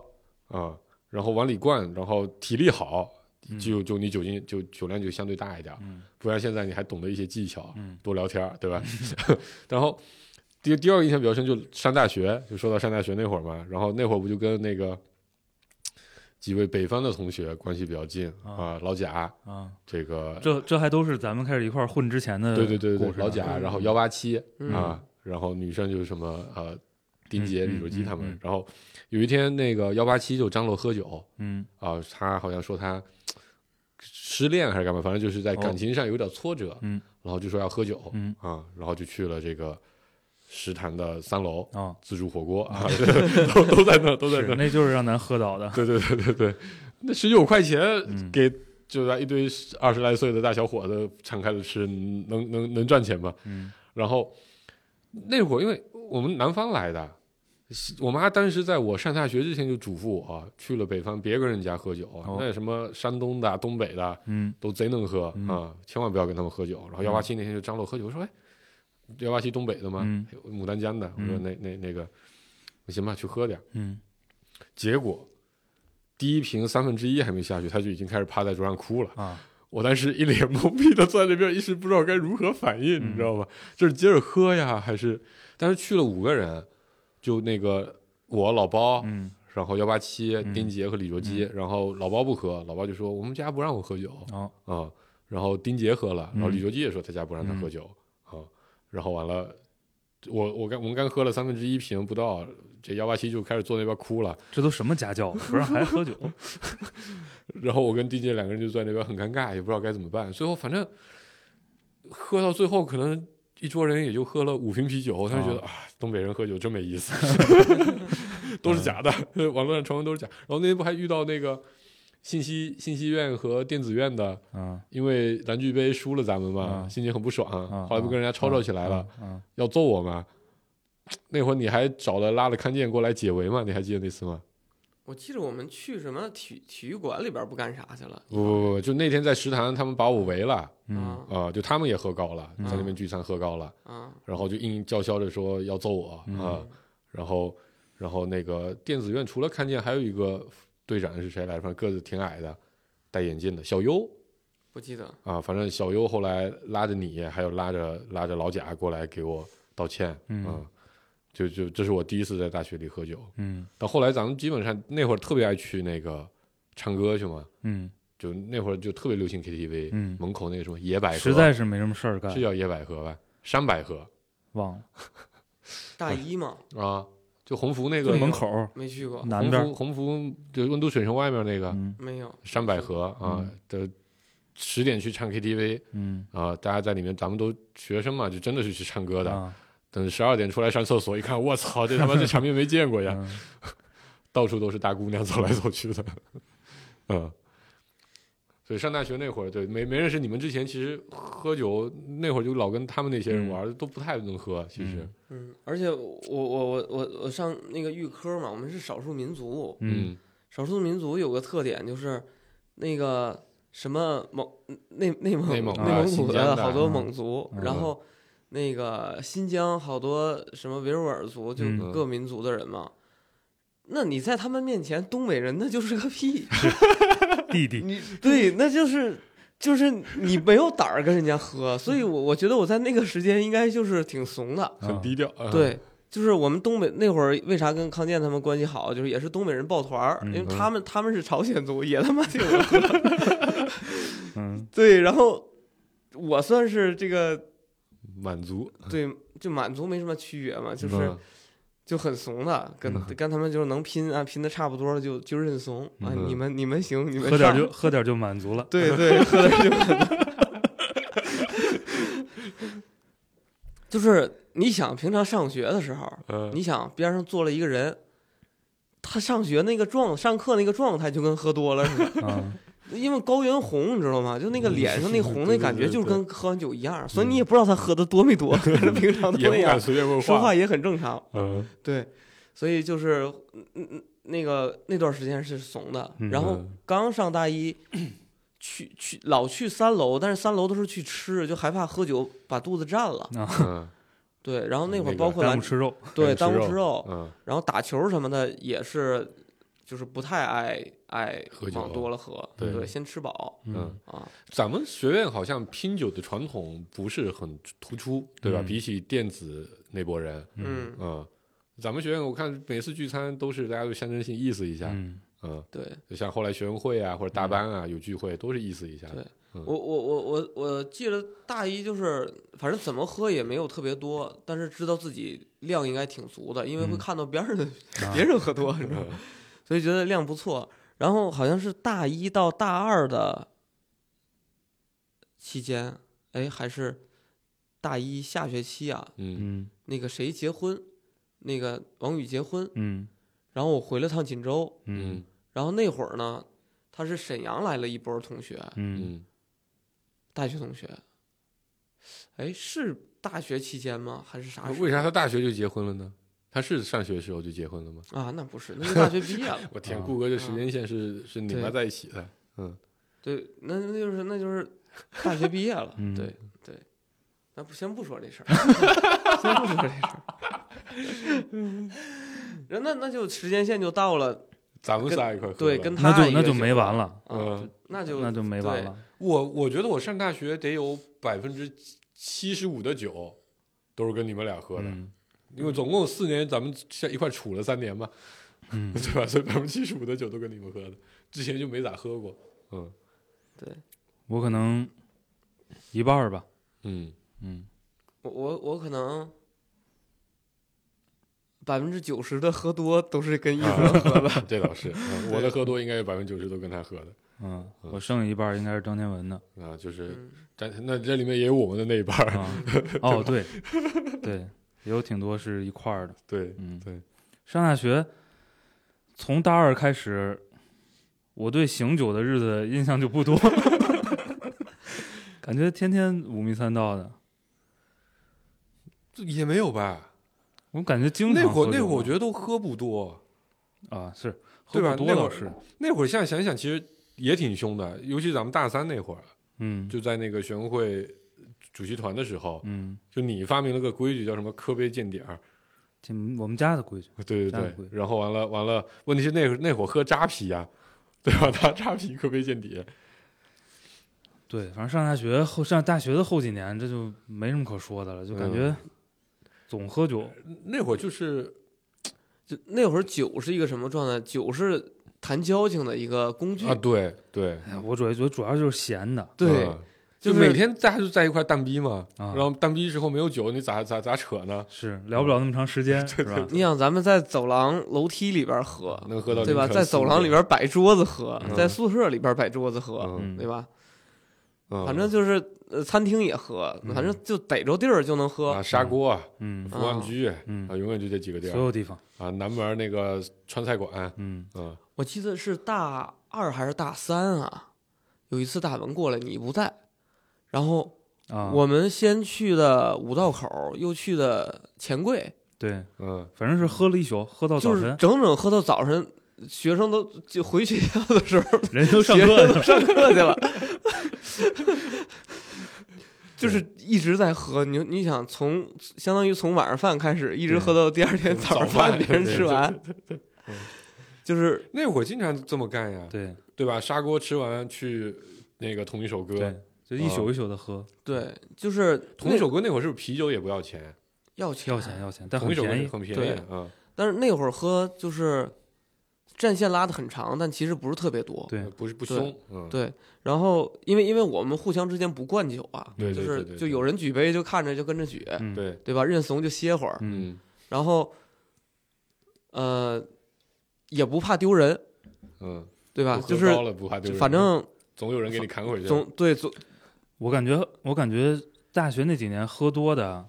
E: 啊、然后往里灌，然后体力好，
D: 嗯
E: 就就你酒精就酒量就相对大一点儿，
D: 嗯
E: 不然现在你还懂得一些技巧，
D: 嗯
E: 多聊天儿，对吧？ 然后第第二个印象比较深，就上大学，就说到上大学那会儿嘛，然后那会儿不就跟那个几位北方的同学关系比较近啊、
D: 啊
E: 老贾
D: 啊，
E: 这个，
D: 这这还都是咱们开始一块儿混之前的
E: 对对对对
D: 故事
E: 对，
D: 呢
E: 老贾，
C: 嗯
E: 然后幺八七，
C: 嗯
E: 啊，然后女生就是什么呃，丁杰、
D: 嗯
E: 李如基
D: 嗯
E: 他们。
D: 嗯嗯
E: 然后有一天，那个幺八七就张罗喝酒
D: 嗯
E: 啊、他好像说他失恋还是干嘛，反正就是在感情上有点挫折，
D: 哦嗯
E: 然后就说要喝酒啊、
D: 嗯
E: 然后就去了这个食堂的三楼
D: 哦，
E: 自助火锅啊，
D: 嗯
E: 都都在那，都在
D: 是
E: 那，
D: 那就是让咱喝倒的，
E: 对对对对对，那十九块
D: 嗯
E: 钱给。就在一堆二十来岁的大小伙子敞开了吃，能能能赚钱吗？
D: 嗯
E: 然后那会儿，因为我们南方来的，是我妈当时在我上大学之前就嘱咐我、啊，去了北方别跟人家喝酒啊，
D: 哦
E: 那什么山东的、东北的
D: 嗯
E: 都贼能喝、
D: 嗯
E: 啊，千万不要跟他们喝酒。然后
D: 嗯
E: 幺八七那天就张罗喝酒，我说哎，幺八七东北的吗？
D: 嗯
E: 牡丹江的，我说
D: 嗯
E: 那那那个，那行吧，去喝点儿。
D: 嗯，
E: 结果第一瓶三分之一还没下去，他就已经开始趴在桌上哭了。
D: 啊，
E: 我当时一脸懵逼的坐在那边，一时不知道该如何反应，
D: 嗯
E: 你知道吗？就是接着喝呀，还是？但是去了五个人，就那个我老包，
D: 嗯
E: 然后幺八七、
D: 嗯
E: 丁杰和李卓基，然后老包不喝，老包就说我们家不让我喝酒
D: 哦
E: 啊、然后丁杰喝了，
D: 嗯
E: 然后李卓基也说他家不让他喝酒啊、然后完了，我我刚我们刚喝了三分之一瓶不到，这幺八七就开始坐那边哭了，
D: 这都什么家教，啊不让孩子喝酒，
E: 然后我跟 DJ 两个人就在那边很尴尬，也不知道该怎么办。最后反正喝到最后，可能一桌人也就喝了五瓶啤酒，他就觉得啊，东北人喝酒真没意 思，都是假的， 网络上传闻都是假。然后那天不还遇到那个信息信息院和电子院的，
D: 啊，
E: 因为蓝巨杯输了咱们嘛，
D: 啊
E: 心情很不爽，
D: 啊
E: 后来不跟人家吵吵起来了，，
D: 啊
E: 要揍我嘛。那会儿你还找了拉了康健过来解围嘛？你还记得那次吗？
C: 我记得我们去什么体体育馆里边儿不干啥去了
E: 不不不，就那天在食堂，他们把我围了。
D: 嗯
C: 啊
E: 啊、就他们也喝高了，在那边聚餐喝高了，
C: 啊
E: 然后就硬叫嚣着说要揍我啊、
D: 嗯
E: 然后然后那个电子院除了看见还有一个队长是谁来着，反正个子挺矮的，戴眼镜的小优
C: 不记得
E: 啊，反正小优后来拉着你，还有拉着拉着老贾过来给我道歉啊、
D: 嗯
E: 就就这是我第一次在大学里喝酒，
D: 嗯
E: 到后来咱们基本上那会儿特别爱去那个唱歌去嘛，
D: 嗯
E: 就那会儿就特别流行 KTV，、
D: 嗯，
E: 门口那个什么野百合，
D: 实在是没什么事儿干
E: 是，叫野百合吧，山百合。
D: 忘了，
C: 大一嘛，
E: 啊，就鸿福那
D: 就
E: 个
D: 门口儿
C: 没去过，
D: 南
E: 鸿
D: 边儿
E: 福，鸿福就温度水城外面那个
D: 嗯
C: 没有
E: 山百合啊的，十点去唱 KTV
D: 嗯
E: 啊，大家在里面，咱们都学生嘛，就真的是去唱歌的。
D: 啊
E: 等十二点出来上厕所，一看，我操，这他妈这场面没见过呀，
D: 嗯
E: 到处都是大姑娘走来走去的。嗯，所以上大学那会儿，对没没认识你们之前，其实喝酒那会儿就老跟他们那
D: 嗯
E: 些人玩，都不太能喝。其实，
C: 嗯，而且我我我我我上那个预科嘛，我们是少数民族，
D: 嗯，
C: 少数民族有个特点就是那个什么蒙内内蒙
E: 内蒙啊
D: 的
C: 蒙
E: 新
C: 古
E: 疆的
C: 好多
D: 嗯
C: 蒙族，
D: 嗯
C: 然后那个新疆好多什么维吾尔族，就
D: 嗯
C: 各民族的人嘛。那你在他们面前，东北人那就是个屁，
D: 嗯弟弟，
C: 你对，那就是就是你没有胆儿跟人家喝，所以我我觉得我在那个时间应该就是挺怂的，
E: 很
D: 啊
E: 低调。嗯，
C: 对，就是我们东北那会儿，为啥跟康健他们关系好，就是也是东北人抱团儿，因为
E: 嗯
C: 他们他们是朝鲜族，也他妈挺能喝
D: 嗯，
C: 对，然后我算是这个
E: 满足
C: 对，就满族没什么区别嘛，就是
E: 嗯
C: 就很怂的，跟
E: 嗯
C: 跟他们就是能拼啊，拼的差不多了就就认怂啊，
E: 嗯
C: 你们你们行，你们
D: 喝点
C: 上
D: 就喝点就满足了。
C: 对对，喝点酒。 就是你想，平常上学的时候，
E: 嗯，
C: 你想边上坐了一个人，他上学那个状，上课那个状态就跟喝多了似的，
D: 嗯，
C: 因为高原红，你知道吗？就那个脸上那红那感觉，就是跟喝完酒一样，所以你也不知道他喝的多没多，跟他平常都
E: 也
C: 那
E: 不敢
C: 样，
E: 随便问
C: 说话也很正常。
E: 嗯，
C: 对，所以就是嗯嗯嗯那个那段时间是怂的，
D: 嗯
C: 然后刚上大一，去去老去三楼，但是三楼都是去吃，就害怕喝酒把肚子占了。
E: 嗯，
C: 对，然后那会
E: 那
C: 儿
E: 个
C: 包括
D: 耽
C: 篮
D: 误吃肉。
C: 对
E: 耽
C: 耽
E: 误
C: 误
E: 吃
C: 吃肉，
E: 嗯，
C: 然后打球什么的也是，就是不太爱爱
E: 喝酒
C: 往多了喝，
E: 对
C: 对，先吃饱
E: 嗯，
C: 啊，
E: 咱们学院好像拼酒的传统不是很突出，对吧？
D: 嗯
E: 比起电子那波人，
C: 嗯，
E: 嗯，咱们学院我看每次聚餐都是大家就象征性意思一下，
D: 嗯
E: 嗯，
C: 对
E: 就像后来学生会啊或者大班啊有聚会都是意思一下，
C: 对
E: 嗯
C: 我我我我我记得大一就是反正怎么喝也没有特别多，但是知道自己量应该挺足的，因为会
D: 嗯
C: 看到边上的
D: 啊
C: 别人喝多，你知道吗
E: 嗯
C: 所以觉得量不错。然后好像是大一到大二的期间，哎，还是大一下学期啊，
E: 嗯
D: 嗯
C: 那个谁结婚，那个王宇结婚，
D: 嗯
C: 然后我回了趟锦州，
D: 嗯
E: 嗯
C: 然后那会儿呢，他是沈阳来了一波同学，
D: 嗯
E: 嗯
C: 大学同学，哎，是大学期间吗？还是啥时候？
E: 嗯为啥他大学就结婚了呢？他是上学时候就结婚了吗？。
C: 啊？那不是，那是大学毕业了
E: 我天，
D: 啊
E: 顾哥这时间线是是拧巴
C: 对
E: 在一起的，嗯，
C: 对，那那就是那就是大学毕业了。
D: 嗯
C: 对对，那不先不说这事儿，先不说这事儿。嗯 那那就时间线就到了，
E: 咱们仨一块儿喝
C: 对，
E: 吧
C: 跟他
D: 那就
C: 一
D: 那
C: 个
D: 就
C: 学
D: 没
C: 校
D: 完了，
C: 啊
E: 嗯，
C: 那就
D: 那就没完
C: 对
D: 了。
E: 我我觉得我上大学得有百分之七十五的酒都是跟你们俩喝的，
D: 嗯
E: 因为总共四年咱们像一块处了三年嘛，
D: 嗯
E: 对吧？所以百分之七十五的酒都跟你们喝的，之前就没咋喝过。嗯
C: 对。
D: 我可能一半儿吧。
E: 嗯
D: 嗯，
C: 我我我可能百分之九十的喝多都是跟一
E: 啊
C: 哥喝的，
E: 这倒是，嗯我的喝多应该有百分之九十都跟他喝的
D: 嗯，我剩一半儿应该是张天文 的
E: 啊，就是
C: 嗯
E: 但那这里面也有我们的那一半儿，
D: 啊。哦，对，对，也有挺多是一块儿的。
E: 对，
D: 嗯，
E: 对。
D: 上大学，从大二开始，我对醒酒的日子印象就不多， 感觉天天五迷三道的。
E: 也没有吧？
D: 我感觉经常
E: 那会
D: 喝
E: 儿
D: 酒
E: 那会儿我
D: 嘛
E: 觉得都喝不多，
D: 啊是喝
E: 对吧
D: 不多
E: 那会
D: 倒
E: 儿
D: 是，
E: 那会儿现在想想其实也挺凶的，尤其咱们大三那会儿，
D: 嗯
E: 就在那个学生会主席团的时候，
D: 嗯，
E: 就你发明了个规矩，叫什么科杯见底儿。
D: 这我们家的规矩，
E: 对对
D: 这样
E: 对
D: 规，矩
E: 然后完了完了，问题是那会儿那会儿喝扎啤呀、 对吧？拿扎啤科杯见底，
D: 对，反正上大学后上大学的后几年，这就没什么可说的了，就感觉总喝酒，
E: 那会儿就是
C: 就 那会儿酒是一个什么状态？酒是谈交情的一个工具，
E: 啊，对对
D: 哎我主要我主要就是闲的，
C: 对，
E: 嗯
C: 就
E: 就是每天大家就在一块蛋逼嘛，
D: 啊
E: 然后蛋逼之后没有酒，你咋咋咋扯呢？
D: 是聊不了那么长时 间，是吧？
C: 你想咱们在走廊楼梯里边喝，
E: 能喝到
C: 对吧？
E: 凌
C: 在
E: 晨四五
C: 走廊里
E: 点，
C: 边摆桌子喝，
E: 嗯
C: 在宿舍里边摆桌子喝，
E: 嗯，
C: 对吧？
E: 嗯
C: 反正就是呃，餐厅也喝，反正就逮着地儿就能喝
E: 啊，。砂锅啊，
D: 嗯
E: 伏案居啊，
D: 嗯，
E: 永远就这几个地
D: 所
E: 儿
D: 有地方，
E: 啊，南门那个川菜馆，
D: 嗯
E: 嗯
C: 我记得是大二还是大三啊，有一次大文过来，你不在，然后
D: 啊，
C: 我们先去的五道口，又去的钱柜，
D: 对，
E: 嗯，
D: 反正是喝了一宿，喝到早
C: 就是
D: 晨，
C: 整整喝到早晨，学生都就回学校的时候，
D: 人都上
C: 学
D: 课
C: 生
D: 了
C: 都上课去了，就是一直在喝。你你想从相当于从晚上饭开始，一直喝到第二天
E: 对
C: 早上
E: 早
C: 饭
E: 饭
C: 别人吃完
E: 对，
C: 就是
E: 那会儿经常这么干呀，
D: 对
E: 对吧？砂锅吃完去那个同一首歌，
D: 对，啊就一宿一宿的 喝，
C: 对，就是
E: 同一首歌那会儿是不是啤酒也不要钱？
C: 那要钱
D: 要钱要啊钱，但
E: 同
D: 很
E: 一首歌
D: 便宜，
E: 很便
C: 对
E: 宜，嗯，
C: 但是那会儿喝就是战线拉的很长，但其实不是特别多。
D: 对，
E: 不是不
C: 对
E: 凶，嗯，
C: 对，然后因为因为我们互相之间不灌酒啊，
E: 对
C: 就
E: 对对
C: 是
E: 对
C: 就
E: 对
C: 有人举杯就看着就跟着举，
D: 嗯，
E: 对，
C: 对吧？认怂就歇会儿，
D: 嗯，
E: 嗯
C: 然后呃也不怕丢人，
E: 嗯，
C: 对吧？
E: 喝
C: 就是
E: 高了不怕丢人
C: 反正
E: 总有人给你扛回去，
C: 总对总
D: 我感觉我感觉大学那几年喝多的，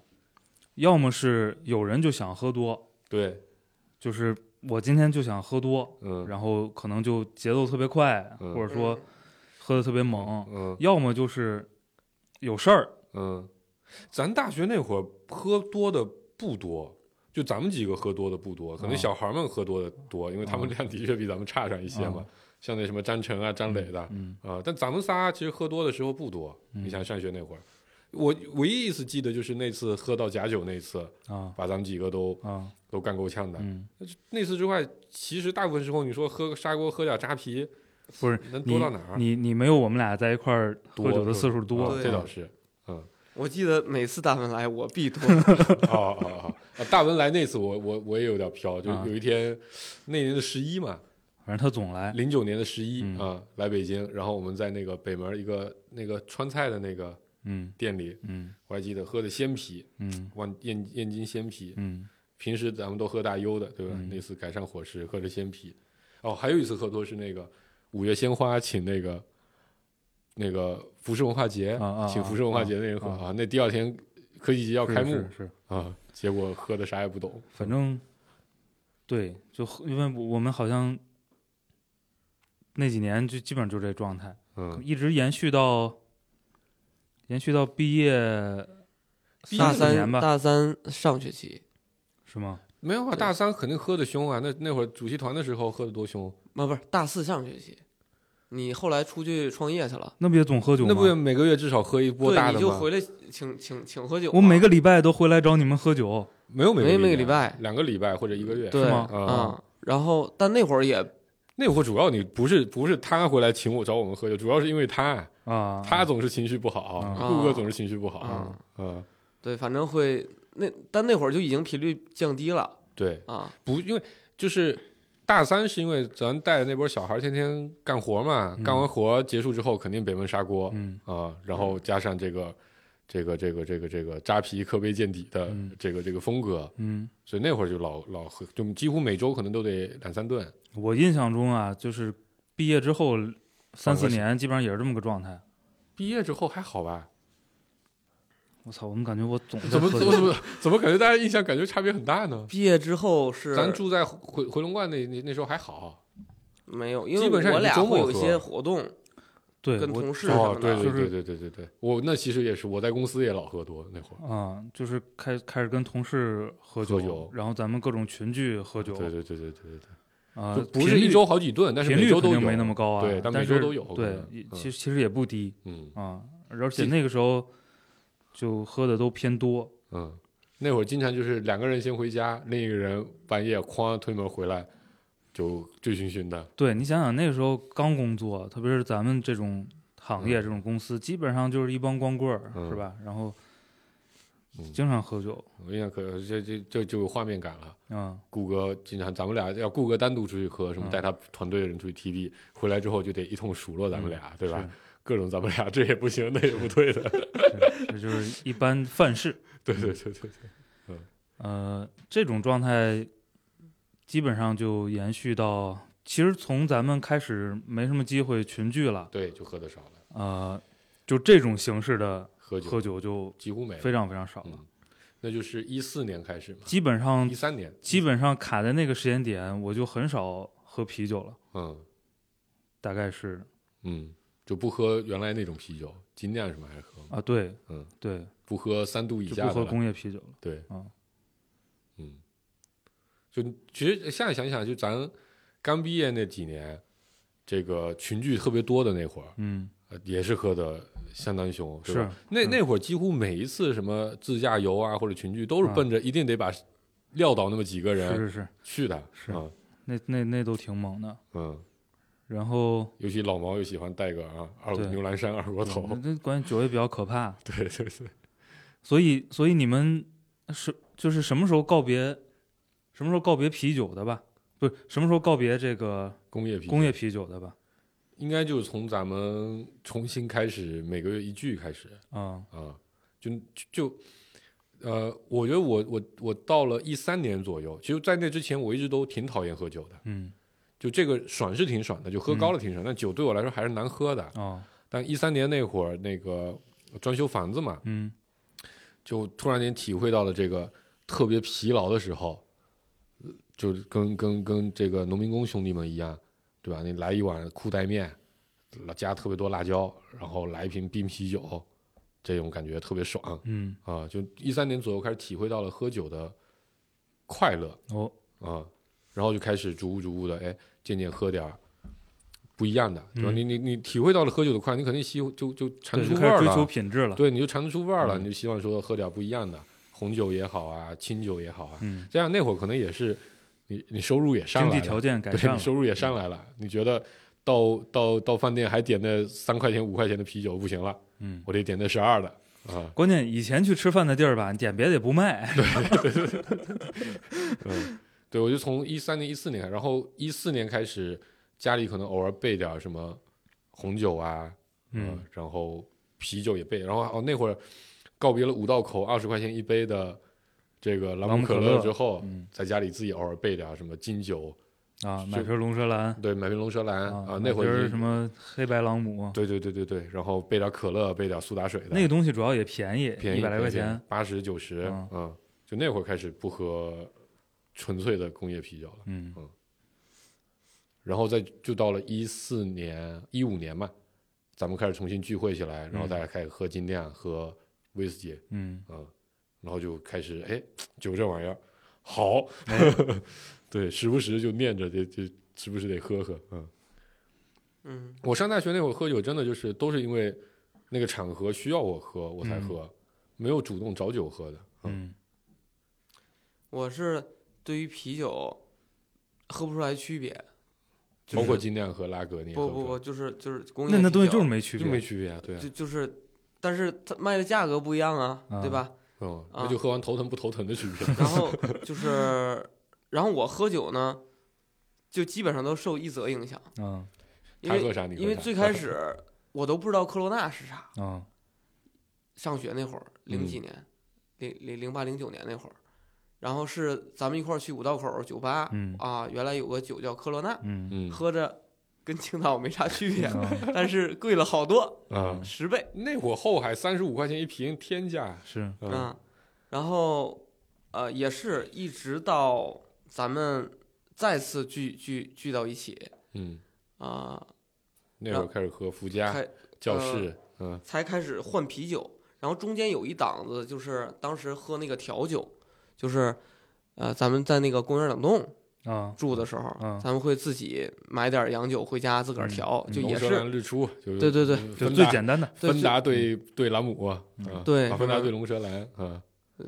D: 要么是有人就想喝多，
E: 对，
D: 就是我今天就想喝多，
E: 嗯
D: 然后可能就节奏特别快，
E: 嗯
D: 或者说喝的特别猛，
E: 嗯
D: 要么就是有事儿，
E: 嗯，咱大学那会儿喝多的不多。就咱们几个喝多的不多，可能
C: 嗯
D: 啊
E: 小孩们喝多的多，因为他们量的确比咱们差上一些
C: 嗯
E: 嘛。
D: 啊
E: 像那什么张晨啊、张磊的，
D: 嗯
E: 啊、但咱们仨其实喝多的时候不多。
D: 嗯
E: 你想上学那会儿，我唯一一次记得就是那次喝到假酒那次，
D: 啊
E: 把咱们几个都
D: 啊
E: 都干够呛的。
D: 嗯，
E: 那次之外，其实大部分时候你说喝个砂锅喝点扎啤，
D: 不是
E: 能
D: 你
E: 多到哪儿？
D: 你你没有我们俩在一块儿喝酒的次数
E: 啊
D: 多，
C: 对
E: 这
C: 啊
E: 倒是。嗯，
C: 我记得每次大文来我必 多
E: 哦哦哦哦，大文来那次我我我也有点飘，就
D: 啊
E: 有一天，那年的十一嘛，
D: 反正他总来，
E: 零九年的十一
D: 嗯
E: 啊，来北京，然后我们在那个北门一个那个川菜的那个
D: 嗯
E: 店里，
D: 嗯
E: 我还记得喝的鲜啤，
D: 嗯
E: 万燕燕京鲜啤，
D: 嗯
E: 平时咱们都喝大优的，对吧？
D: 嗯
E: 那次改善伙食，喝着鲜啤。哦，还有一次喝多是那个五月鲜花，请那个那个服饰文化节，
D: 啊啊
E: 请服饰文化节那个喝
D: 啊啊
E: 啊那第二天科技节要开幕
D: 是是是，
E: 啊，结果喝的啥也不懂。
D: 反正对，就喝因为我我们好像那几年就基本上就这状态，
E: 嗯，
D: 一直延续到延续到毕业
E: 毕业
C: 大
E: 那
D: 四
E: 几
D: 年
C: 三
D: 吧，
C: 大三上学期
D: 是吗？
E: 没有啊，
C: 对
E: 大三肯定喝的凶啊。那那会儿主席团的时候喝的多凶，
C: 啊不是大四上学期，你后来出去创业去了。
D: 那不也总喝酒吗？
E: 那不也啊每个月至少喝一波大
C: 对，
E: 的
C: 你
E: 吗？
C: 就回来请请请喝酒嘛。
D: 我每个礼拜都回来找你们喝酒，
E: 没有每
C: 没每
E: 个
C: 个礼拜
E: 两个礼拜或者一个月。
C: 对
D: 是吗
E: 啊
C: 啊，然后但那会儿也
E: 那会儿主要你不是不是他回来请我找我们喝酒，主要是因为他。
D: 啊，
E: 他总是情绪不好，
D: 啊
E: 顾哥总是情绪不好，
C: 啊
E: 嗯，
C: 对，反正会那，但那会儿就已经频率降低了
E: 对，
C: 啊。
E: 不，因为就是大三是因为咱带的那波小孩天天干活嘛，
D: 嗯
E: 干完活结束之后肯定北门砂锅啊、
D: 嗯
E: 然后加上这个这个这个这个这个扎啤科杯见底的
D: 嗯
E: 这个这个风格，
D: 嗯，
E: 所以那会儿就老老喝，就几乎每周可能都得两三顿，
D: 我印象中啊，就是毕业之后三四
E: 反过去
D: 年，基本上也是这么个状态。
E: 毕业之后还好吧？
D: 我操，我们感觉我总在
E: 怎么
D: 喝酒
E: 怎么怎么怎么感觉大家印象感觉差别很大呢？
C: 毕业之后是
E: 咱住在回回龙观那那那时候还好，
C: 没有，因为
E: 基本上
C: 我
E: 也是
C: 俩
E: 周末
C: 会有一
E: 喝
C: 些活动，
D: 对
C: 跟
D: 我
C: 同事什
E: 哦
C: 么，
E: 对
C: 的，
E: 对
D: 就是
E: 对对对对对，我那其实也是，我在公司也老喝多那会儿。
D: 啊、就是开开始跟同事喝酒，
E: 喝酒
D: 然后咱们各种群聚喝酒，
E: 对对对对对对对，
D: 啊、
E: 就不是一周好几顿，但是
D: 频率
E: 每
D: 频率
E: 周
D: 肯
E: 都
D: 定
E: 有，
D: 没那么高啊，
E: 对但
D: 但
E: 每周
D: 是
E: 都有可
D: 对
E: 能，
D: 也
E: 嗯
D: 其实其实也不低
E: 嗯
D: 啊、而且
E: 这
D: 那个时候就喝的都偏多，
E: 嗯，那会儿经常就是两个人先回家，另一个人半夜哐推门回来，就醉醺醺的，
D: 对你想想那个时候刚工作，特别是咱们这种行业、这种公司，基本上就是一帮光棍儿、
E: 嗯
D: 是吧？然后
E: 嗯
D: 经常喝酒，
E: 我印象可这这这就有画面感了。
D: 啊、
E: 顾哥经常，咱们俩要顾哥单独出去喝，什么
D: 嗯
E: 带他团队的人出去 TB，、回来之后就得一通数落咱们俩，对吧
D: 嗯是？
E: 各种咱们俩这也不行，那也不对的，
D: 这就是一般范式。
E: 对对对对对，
D: 呃，这种状态基本上就延续到，其实从咱们开始没什么机会群聚了，
E: 对就喝的少了，
D: 呃，就这种形式的
E: 喝酒
D: 喝酒就
E: 几乎没了
D: 非，常非常少了，
E: 嗯，那就是一四年开始嘛，
D: 基本上
E: 一三年，
D: 基本上卡在那个时间点，我就很少喝啤酒了，
E: 嗯，
D: 大概是
E: 嗯，就不喝原来那种啤酒，精酿什么还是喝，
D: 啊，对，
E: 嗯，
D: 对，
E: 不喝三度以
D: 就
E: 下
D: 不
E: 的
D: 喝
E: 了
D: 工业啤酒了。
E: 对，
D: 嗯
E: 嗯，就其实现在想想，就咱刚毕业那几年，这个群聚特别多的那会儿，
D: 嗯，
E: 呃也是喝的相当凶，对
D: 是
E: 吧那
D: 嗯
E: 那会儿几乎每一次什么自驾游啊或者群聚，都是
D: 啊
E: 奔着一定得把撂倒那么几个
D: 是
E: 人
D: 是是，
E: 去的，
D: 是
E: 嗯
D: 那那那都挺猛的。
E: 嗯，
D: 然后
E: 尤其老毛又喜欢带个啊二
D: 对
E: 牛栏山二锅头，
D: 嗯那关键酒也比较可怕，
E: 对对对，
D: 所以所以你们是就是什么时候告别，什么时候告别啤酒的吧？不是什么时候告别这个
E: 工业啤酒
D: 工业啤酒的吧？
E: 应该就是从咱们重新开始每个月一聚开始，
D: 啊、
E: 啊，就就呃，我觉得我我我到了一三年左右，其实在那之前我一直都挺讨厌喝酒的，
D: 嗯，
E: 就这个爽是挺爽的，就喝高了挺爽，但酒对我来说还是难喝的。
D: 哦，
E: 但一三年那会儿，那个装修房子嘛，
D: 嗯，
E: 就突然间体会到了这个特别疲劳的时候，呃就跟跟跟这个农民工兄弟们一样，对吧？你来一碗裤带面，加特别多辣椒，然后来一瓶冰啤酒，这种感觉特别爽。
D: 嗯，
E: 啊，就一三年左右开始体会到了喝酒的快乐
D: 哦，
E: 啊，然后就开始逐步逐步的，哎，渐渐喝点儿不一样的，对吧？
D: 嗯
E: 你你你体会到了喝酒的快乐，你肯定吸就就尝
D: 对，
E: 出
D: 就
E: 味
D: 开
E: 儿
D: 始追求
E: 了，
D: 品质了。
E: 对，你就尝得出味儿了，
D: 嗯
E: 你就希望说喝点儿不一样的，红酒也好啊，清酒也好啊，
D: 嗯，
E: 这样那会儿可能也是你你收入也上
D: 经
E: 来
D: 济
E: 了，
D: 条件改
E: 对
D: 善
E: 你
D: 了，
E: 收入也上来了，你觉得到到到饭店还点那三块钱五块钱的啤酒不行了，
D: 嗯。
E: 我得点那十二的啊。
D: 关键以前去吃饭的地儿吧，你点别的也不卖。
E: 嗯，对，我就从一三年、一四年开始，然后一四年开始，家里可能偶尔备点儿什么红酒啊，呃
D: 嗯，
E: 然后啤酒也备，然后哦那会儿告别了五道口二十块钱一杯的这个朗
D: 朗
E: 姆
D: 姆可
E: 可乐
D: 乐
E: 之后，
D: 嗯
E: 在家里自己偶尔备点儿什么金酒，
D: 啊，
E: 就
D: 买瓶龙舌兰
E: 对，买瓶龙舌兰嗯啊、
D: 买
E: 那会
D: 瓶
E: 儿
D: 儿
E: 已
D: 什
E: 经
D: 么黑白朗姆，
E: 对对对对对，然后备点儿可乐，备点儿苏打水的，
D: 那个东西主要也便宜，
E: 便宜
D: 一百来块钱。，
E: 八十九十
D: 嗯，
E: 嗯，就那会儿开始不喝纯粹的工业啤酒了。
D: 嗯
E: 然后再就到了一四年、一五年嘛，咱们开始重新聚会起来，然后大家开始喝精酿、喝威士忌，
D: 嗯，
E: 嗯，然后就开始哎，酒这玩意儿好， 对，时不时就念着，就就时不时得喝喝，嗯。
C: 嗯，
E: 我上大学那会儿喝酒，真的就是都是因为那个场合需要我喝，我才喝，没有主动找酒喝的，
D: 嗯
C: 我是对于啤酒喝不出来区别，就
E: 包括
C: 是
E: 精酿和拉格，你也喝
C: 不不不，
E: 喝
C: 就是就是工业
D: 那那
C: 啤
D: 东西
C: 酒
D: 就是没区
E: 嗯就没
D: 别。
E: 区别啊，对啊
C: 就，就是，但是它卖的价格不一样啊，
D: 啊
C: 对吧？
E: 嗯，
C: 啊
E: 那就喝完头疼不头疼的区别，
C: 然后就是，然后我喝酒呢，就基本上都受一则影响，
D: 嗯
C: 因
E: 他喝
C: 为
E: 啥你喝啥，
C: 因为最开始我都不知道科罗娜是啥，
D: 嗯
C: 上学那会儿，零几年，零零零八零九年那会儿，然后是咱们一块儿去五道口酒吧
D: 嗯
C: 啊，原来有个酒叫科罗娜，
D: 嗯
E: 嗯
C: 喝着跟青岛没啥区别，
D: 嗯，
C: 但是贵了好多，
E: 啊，
C: 十倍。
E: 那会儿后海三十五块钱一瓶，天价。
D: 是
E: 嗯
C: 嗯，然后呃，也是一直到咱们再次聚聚聚到一起
E: 嗯，
C: 啊、
E: 那会儿开始喝福
D: 啊
E: 加
C: 嗯开呃
E: 教室，嗯
C: 才开始换啤酒。然后中间有一档子，就是当时喝那个调酒，就是呃，咱们在那个公园冷冻
D: 啊，
C: 住的时候，
D: 嗯
C: 咱们会自己买点洋酒回家自个儿
D: 嗯
C: 调，
D: 嗯
C: 就
E: 龙
C: 也
E: 舌
C: 是
E: 兰日出，就是
C: 对对对
E: 嗯
D: 就嗯
E: 芬
D: 最
E: 达
D: 简单的。
C: 对
E: 芬达对对兰姆，啊
C: 对
E: 啊芬达
C: 就是
E: 对龙舌兰，啊，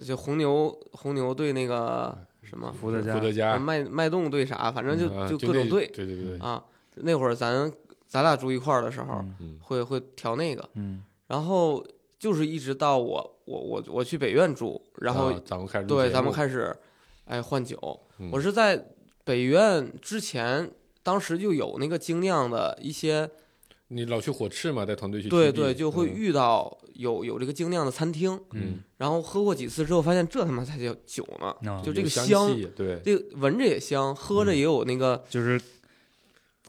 C: 就红牛红牛兑那个什么
D: 伏特加
E: 伏特加，
C: 脉脉动兑啥，反正就
E: 啊嗯啊
C: 各种
E: 那
C: 兑
E: 对对对，对
C: 啊。那会儿咱咱俩住一块儿的时候，
D: 嗯
E: 嗯
C: 会会调那个，
D: 嗯
C: 然后就是一直到我我我我去北院住，然后、
E: 啊咱们开始录
C: 对
E: 节
C: 咱们
E: 目，
C: 开始，哎换酒，
E: 嗯
C: 我是在北院之前，当时就有那个精酿的一些，
E: 你老去火赤嘛，带团队去
C: 对
E: 基地
C: 对，就会
E: 嗯
C: 遇到有有这个精酿的餐厅，
D: 嗯
E: 嗯，
C: 然后喝过几次之后，发现这他妈才叫酒呢，
D: 啊，
C: 就这个
E: 有
C: 香
E: 气，嗯对，
C: 这个闻着也香，喝着也有那个，
D: 就是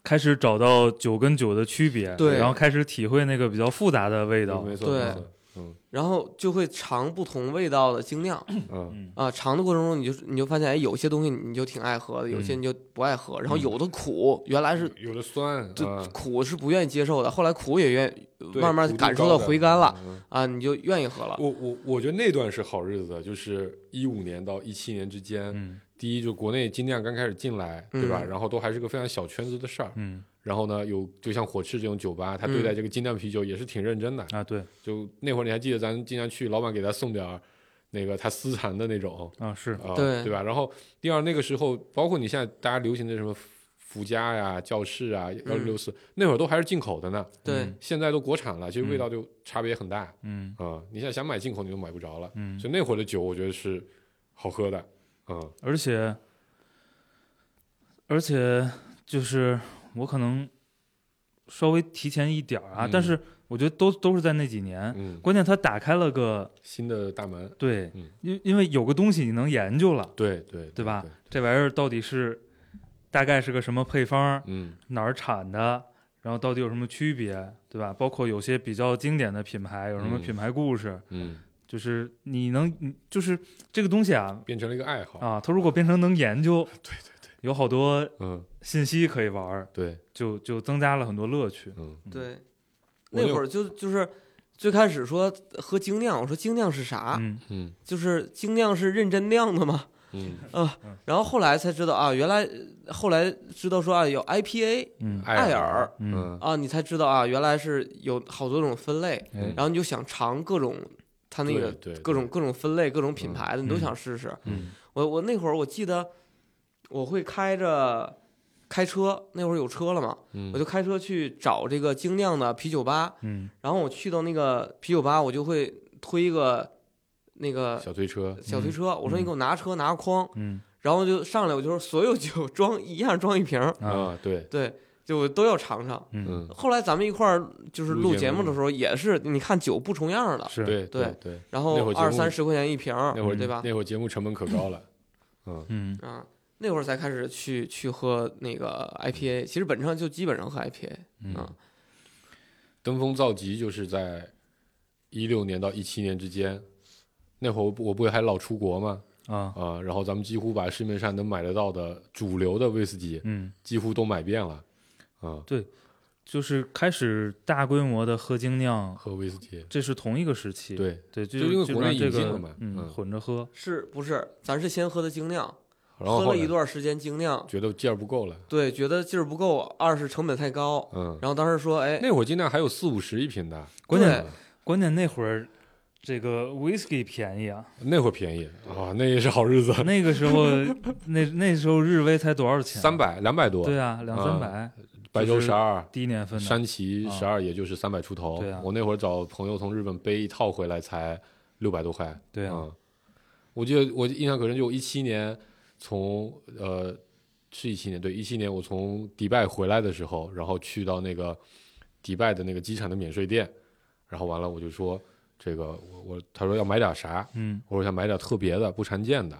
D: 开始找到酒跟酒的区别，
C: 对
D: 然后开始体会那个比较复杂的味道。
E: 没错
C: 对
E: 没错，嗯
C: 然后就会尝不同味道的精酿
E: 嗯
D: 嗯
C: 啊，尝的过程中你就你就发现，哎，有些东西你就挺爱喝的，有些
E: 嗯
C: 你就不爱喝，然后有的苦原来是
E: 有的酸
C: 这
E: 啊，
C: 苦是不愿意接受的，后来苦也愿
E: 对
C: 慢慢
E: 苦度
C: 感受
E: 高
C: 到
E: 的
C: 回甘了。
E: 嗯嗯
C: 啊，你就愿意喝了。
E: 我我我觉得那段是好日子，就是一五年到一七年之间，
D: 嗯
E: 第一就国内精酿刚开始进来，对吧？
C: 嗯
E: 然后都还是个非常小圈子的事儿。
D: 嗯
E: 然后呢，有就像火赤这种酒吧，他对待这个精酿啤酒也是挺认真的。
D: 啊对
E: 就那会儿你还记得咱经常去，老板给他送点儿那个他私藏的那种
D: 啊是
E: 啊、
C: 对
E: 对吧？然后第二那个时候，包括你现在大家流行的什么福佳呀、教室啊、幺零六四，那会儿都还是进口的呢，
C: 对
D: 嗯，
E: 现在都国产了，其实味道就差别很大啊、
D: 嗯
E: 你现在想买进口你都买不着了，
D: 嗯，
E: 所以那会儿的酒我觉得是好喝的，嗯
D: 而且而且就是我可能稍微提前一点儿啊，
E: 嗯
D: 但是我觉得都都是在那几年，
E: 嗯，
D: 关键它打开了个
E: 新的大门，
D: 对
E: 嗯，
D: 因因为有个东西你能研究了，
E: 对对
D: 对吧？这玩意儿到底是大概是个什么配方，
E: 嗯
D: 哪儿产的，然后到底有什么区别，对吧？包括有些比较经典的品牌，有什么
E: 嗯
D: 品牌故事，
E: 嗯，
D: 就是你能，你就是这个东西啊
E: 变成了一个爱好，
D: 啊，它如果变成能研究，
E: 对对对，
D: 有好多
E: 嗯
D: 信息可以玩儿，
E: 对，
D: 就就增加了很多乐趣。
E: 嗯
C: 对，
E: 我那
C: 那会儿就就是最开始说喝精酿，我说精酿是啥？
D: 嗯
E: 嗯
C: 就是精酿是认真酿的嘛。
E: 嗯，
C: 然后后来才知道啊，原来后来知道说啊有 IPA
D: 嗯
C: 艾尔，
D: 嗯
E: 嗯
C: 啊，你才知道啊，原来是有好多种分类，
D: 哎
E: 嗯
C: 然后你就想尝各种它那个
E: 对对
C: 各种各种分类、各种品
E: 嗯
C: 牌的，你都
D: 嗯
C: 想试试。
D: 嗯
C: 我我那会儿我记得我会开着开车，那会儿有车了嘛，
E: 嗯，
C: 我就开车去找这个精酿的啤酒吧，
D: 嗯
C: 然后我去到那个啤酒吧，我就会推一个那个
E: 小推车，
C: 小推车，我说你
D: 嗯
C: 给我拿车拿个筐，
D: 嗯
C: 然后就上来我就说所有酒装一样装一瓶儿，
D: 啊
E: 啊，对，
C: 对，就我都要尝尝。
D: 嗯
E: 嗯，
C: 后来咱们一块儿就是
E: 录
C: 录
E: 节
C: 节
E: 目
C: 目的时候，也是你看酒不重样儿了，
D: 是
E: 对
C: 对
E: 对，
C: 然
E: 那会
C: 后
E: 儿节
C: 二
E: 目
C: 三十块钱一瓶儿，
E: 那会儿
C: 对吧？
E: 那会儿节目成本可高了，嗯
D: 嗯
C: 啊，那会儿才开始去去喝那个 IPA，其实本质上就基本上喝 IPA 啊
E: 嗯，，登峰造极就是在一六年到一七年之间，那会儿我不我不还老出国吗？
D: 啊
E: 啊，然后咱们几乎把市面上能买得到的主流的威士忌
D: 嗯，
E: 几乎都买遍了，啊，
D: 就是开始大规模的喝精酿，
E: 喝威士忌，
D: 这是同一个时期。
E: 对，
D: 对，就
E: 就因为
D: 基
E: 国
D: 本上
E: 内
D: 这
E: 引进
D: 个
E: 了嘛嗯
D: 嗯，混着喝。
C: 是不是？咱是先喝的精酿，
E: 然后
C: 喝
E: 后
C: 了一
E: 来
C: 段时间精酿，
E: 觉得劲儿不够了，
C: 对，觉得劲儿不够，二是成本太高，
E: 嗯，
C: 然后当时说，哎，
E: 那会儿尽量还有四五十一瓶的，
D: 关键
C: 对
D: 关键那会儿，这个 whisky 便 宜啊，
E: 那会儿便宜啊，那也是好日子，
D: 那个时候那那时候日威才多少钱？啊
E: 三百两百多，
D: 对啊，两三百，
E: 白
D: 就
E: 酒
D: 是
E: 十二，
D: 第一年分的。啊
E: 山崎十二也就是三百出头。
D: 对啊
E: 我那会儿找朋友从日本背一套回来才六百多块。
D: 对啊，
E: 嗯，我记得我印象可深，就我一七年从呃是一七年对一七年我从迪拜回来的时候，然后去到那个迪拜的那个机场的免税店，然后完了我就说这个我我他说要买点啥，
D: 嗯
E: 我说想买点特别的不常见的，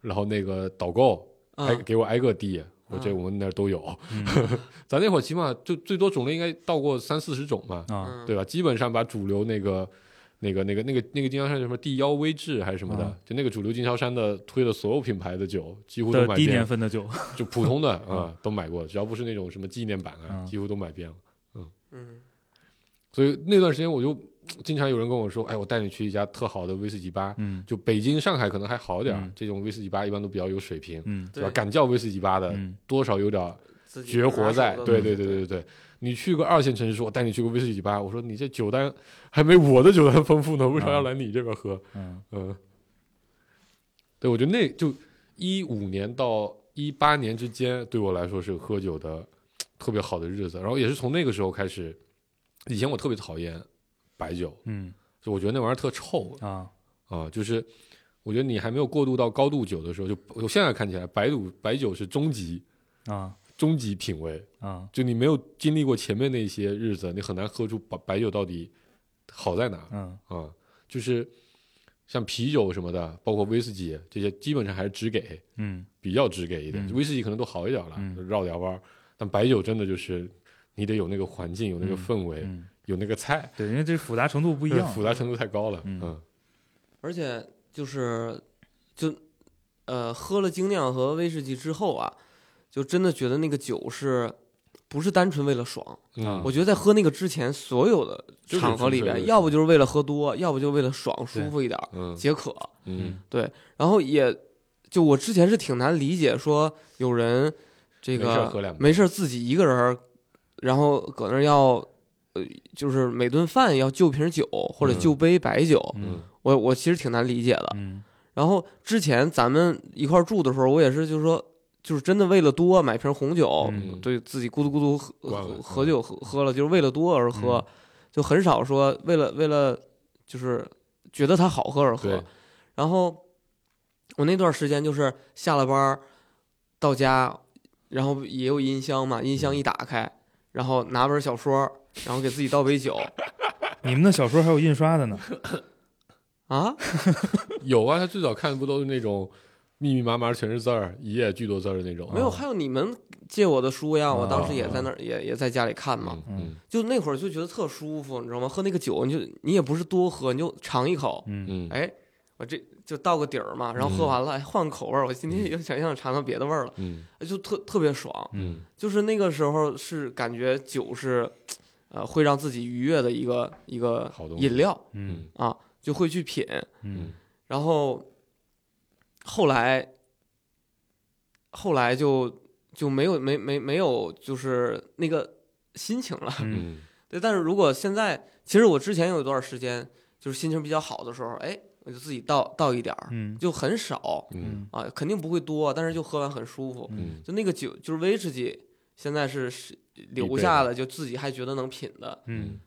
E: 然后那个导购挨
C: 嗯，
E: 给我挨个递，我这
C: 嗯
E: 我们那儿都有。
D: 嗯
E: 咱那会儿起码就最多种类应该到过三四十种嘛，
D: 啊，
C: 嗯
E: 对吧？基本上把主流那个、那个、那个、那个、那个经销商叫什么地幺威志还是什么的，
D: 嗯
E: 就那个主流经销商的推的所有品牌的酒，几乎都
D: 的
E: 买
D: 低
E: 遍
D: 年
E: 了，
D: 份的 酒，
E: 就普通的 啊、都买过，只要不是那种什么纪念版啊，
D: 嗯
E: 几乎都买遍了。
C: 嗯
E: 所以那段时间我就经常有人跟我说：“哎，我带你去一家特好的威士忌吧。
D: 嗯
E: 就北京、上海可能还好点儿，
D: 嗯
E: 这种威士忌吧一般都比较有水平，
D: 嗯
E: 对吧？
C: 对
E: 敢叫威士忌吧的，
D: 嗯
E: 多少有点儿
C: 自己
E: 绝活在
C: 拿，手的
E: 对
C: 东
E: 对
C: 西
E: 对对对对。你去个二线城市，说我哦带你去个威士忌吧，我说你这酒单还没我的酒单丰富呢，为啥要来你这边喝？
D: 嗯
E: 嗯，对，我觉得那就一五年到一八年之间，对我来说是喝酒的特别好的日子。然后也是从那个时候开始，以前我特别讨厌白酒，
D: 嗯
E: 就我觉得那玩意儿特臭
D: 啊，
E: 啊、就是。我觉得你还没有过渡到高度酒的时候，就我现在看起来，白酒白酒是终极
D: 啊
E: 终极品味，
D: 啊，
E: 就你没有经历过前面那些日子，你很难喝出白白酒到底好在哪儿
D: 嗯
E: 啊、就是像啤酒什么的，包括威士忌这些，基本上还是只给，
D: 嗯
E: 比较只给一点。
D: 嗯
E: 威士忌可能都好一点了，
D: 嗯
E: 绕点弯儿，但白酒真的就是你得有那个环境，有那个
D: 嗯
E: 氛围，
D: 嗯
E: 有那个菜，
D: 对，因为这复杂程度不一
E: 但是
D: 样，
E: 复杂程度太高了。
D: 嗯
E: 嗯
C: 而且就是就呃喝了精酿和威士忌之后啊，就真的觉得那个酒是不是单纯为了爽？
E: 嗯
C: 啊我觉得在喝那个之前，所有的
E: 就是
C: 场合里
E: 纯粹
C: 边，
E: 为了
C: 要不就是为了喝多，要不就为了爽舒
E: 对
C: 服一点儿
E: 嗯
C: 解渴，
E: 嗯
C: 然后也就我之前是挺难理解说有人这
E: 没事儿
C: 个
E: 喝两杯
C: 没事儿自己一个人儿，然后搁那儿要。呃，就是每顿饭要就瓶酒或者
E: 嗯
C: 就杯白酒，
E: 嗯
C: 我我其实挺难理解的。
D: 嗯
C: 然后之前咱们一块儿住的时候，我也是，就是说，就是真的为了多买瓶红酒，
E: 嗯
C: 对自己咕嘟咕嘟喝
E: 惯
C: 喝
E: 了嗯
C: 喝酒喝喝了，就是为了多而喝，就很少说为了为了就是觉得它好喝而喝
E: 对。，
C: 然后我那段时间就是下了班儿到家，然后也有音箱嘛，音
E: 嗯
C: 箱一打开，然后拿本小说，然后给自己倒杯 酒
D: 你们的小说还有印刷的呢，
C: 啊，
E: 有啊，他最早看的不都是那种密密麻麻全是字儿，一页巨多字儿的那种？
C: 没有，还有你们借我的书呀，我当时也
E: 啊
C: 在那儿也也在家里看嘛。
E: 嗯嗯
C: 就那会儿就觉得特舒服，你知道吗？喝那个酒，你就你也不是多喝，你就尝一口，
D: 嗯
E: 嗯
C: 哎，我这就倒个底儿嘛，然后喝完了，哎，换个口味儿，我今天又想想尝尝别的味儿了，
E: 嗯
C: 哎就特特别爽。
E: 嗯
C: 就是那个时候是感觉酒是，呃，会让自己愉悦的一个一个
E: 好东西
C: 饮料
D: 嗯
E: 嗯
C: 啊，就会去品。
D: 嗯
C: 然后后来后来就就没有没没没有就是那个心情了。
D: 嗯
E: 嗯
C: 对，但是如果现在，其实我之前有一段时间，就是心情比较好的时候，哎，我就自己倒倒一点儿，
D: 嗯
C: 就很少
E: 嗯
D: 嗯
C: 啊，肯定不会多，但是就喝完很舒服。
E: 嗯
C: 就那个酒，就是威士忌，现在是是留
E: 必备
C: 下
E: 的
C: 了，就自己还觉得能品的。
D: 嗯，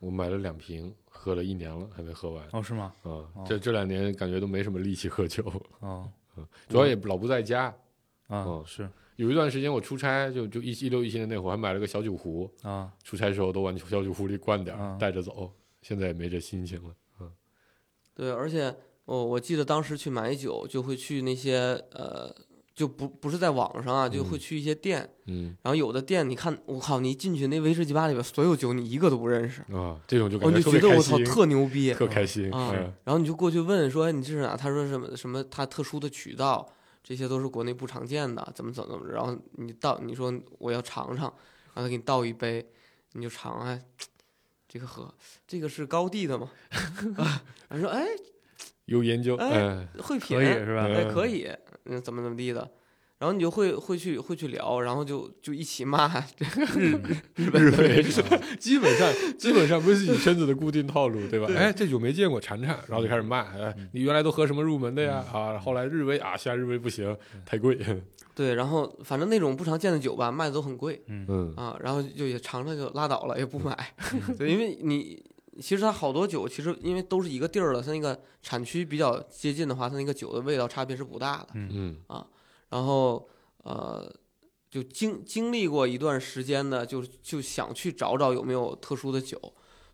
E: 我买了两瓶，喝了一年了，还没喝完
D: 哦是吗？
E: 啊。这这两年感觉都没什么力气喝酒，
D: 哦
E: 主要也老不在家。
D: 啊
E: 哦
D: 是
E: 有一段时间我出差，就就一一六一七年那会儿，还买了个小酒壶，
D: 啊
E: 出差时候都往小酒壶里灌点儿
D: 嗯，
E: 带着走。现在也没这心情了。
C: 对，而且我、我记得当时去买酒，就会去那些呃，就不不是在网上啊，就会
E: 嗯
C: 去一些店，
E: 嗯
C: 然后有的店你看，我靠，你进去那威士忌吧里边所有酒你一个都不认识，
E: 啊，这种就
C: 我
E: 感
C: 就
E: 特
C: 觉
E: 别
C: 得
E: 开
C: 我操
E: 心，
C: 特牛逼，
E: 特开心。
C: 啊
E: 嗯，
C: 然后你就过去问说哎你这是哪？他说什么什么他特殊的渠道，这些都是国内不常见的，怎么怎么怎么着。然后你倒你说我要尝尝，然后他给你倒一杯，你就尝哎，这个喝这个是高地的吗？ 啊，然后说哎
E: 有研究，
C: 哎
E: 嗯
C: 会品
D: 可以是吧？
C: 哎
E: 嗯
C: 可以嗯怎么怎么地的。然后你就会会去会去聊，然后就就一起骂 这日日本
E: 日
C: 的
E: 本是吧基本上基本上不是己圈子的固定套路，对吧？
C: 对
E: 哎，这酒没见过，尝尝，然后就开始骂，哎，你原来都喝什么入门的呀？啊，后来日威啊，现在日威不行，太贵。
C: 对，然后反正那种不常见的酒吧卖的都很贵，
E: 嗯
C: 啊，然后就也尝尝就拉倒了，也不 买，对，因为你其实它好多酒，其实因为都是一个地儿了，它那个产区比较接近的话，它那个酒的味道差别是不大的。
E: 嗯
C: 然后呃，就经经历过一段时间的，就就想去找找有没有特殊的酒，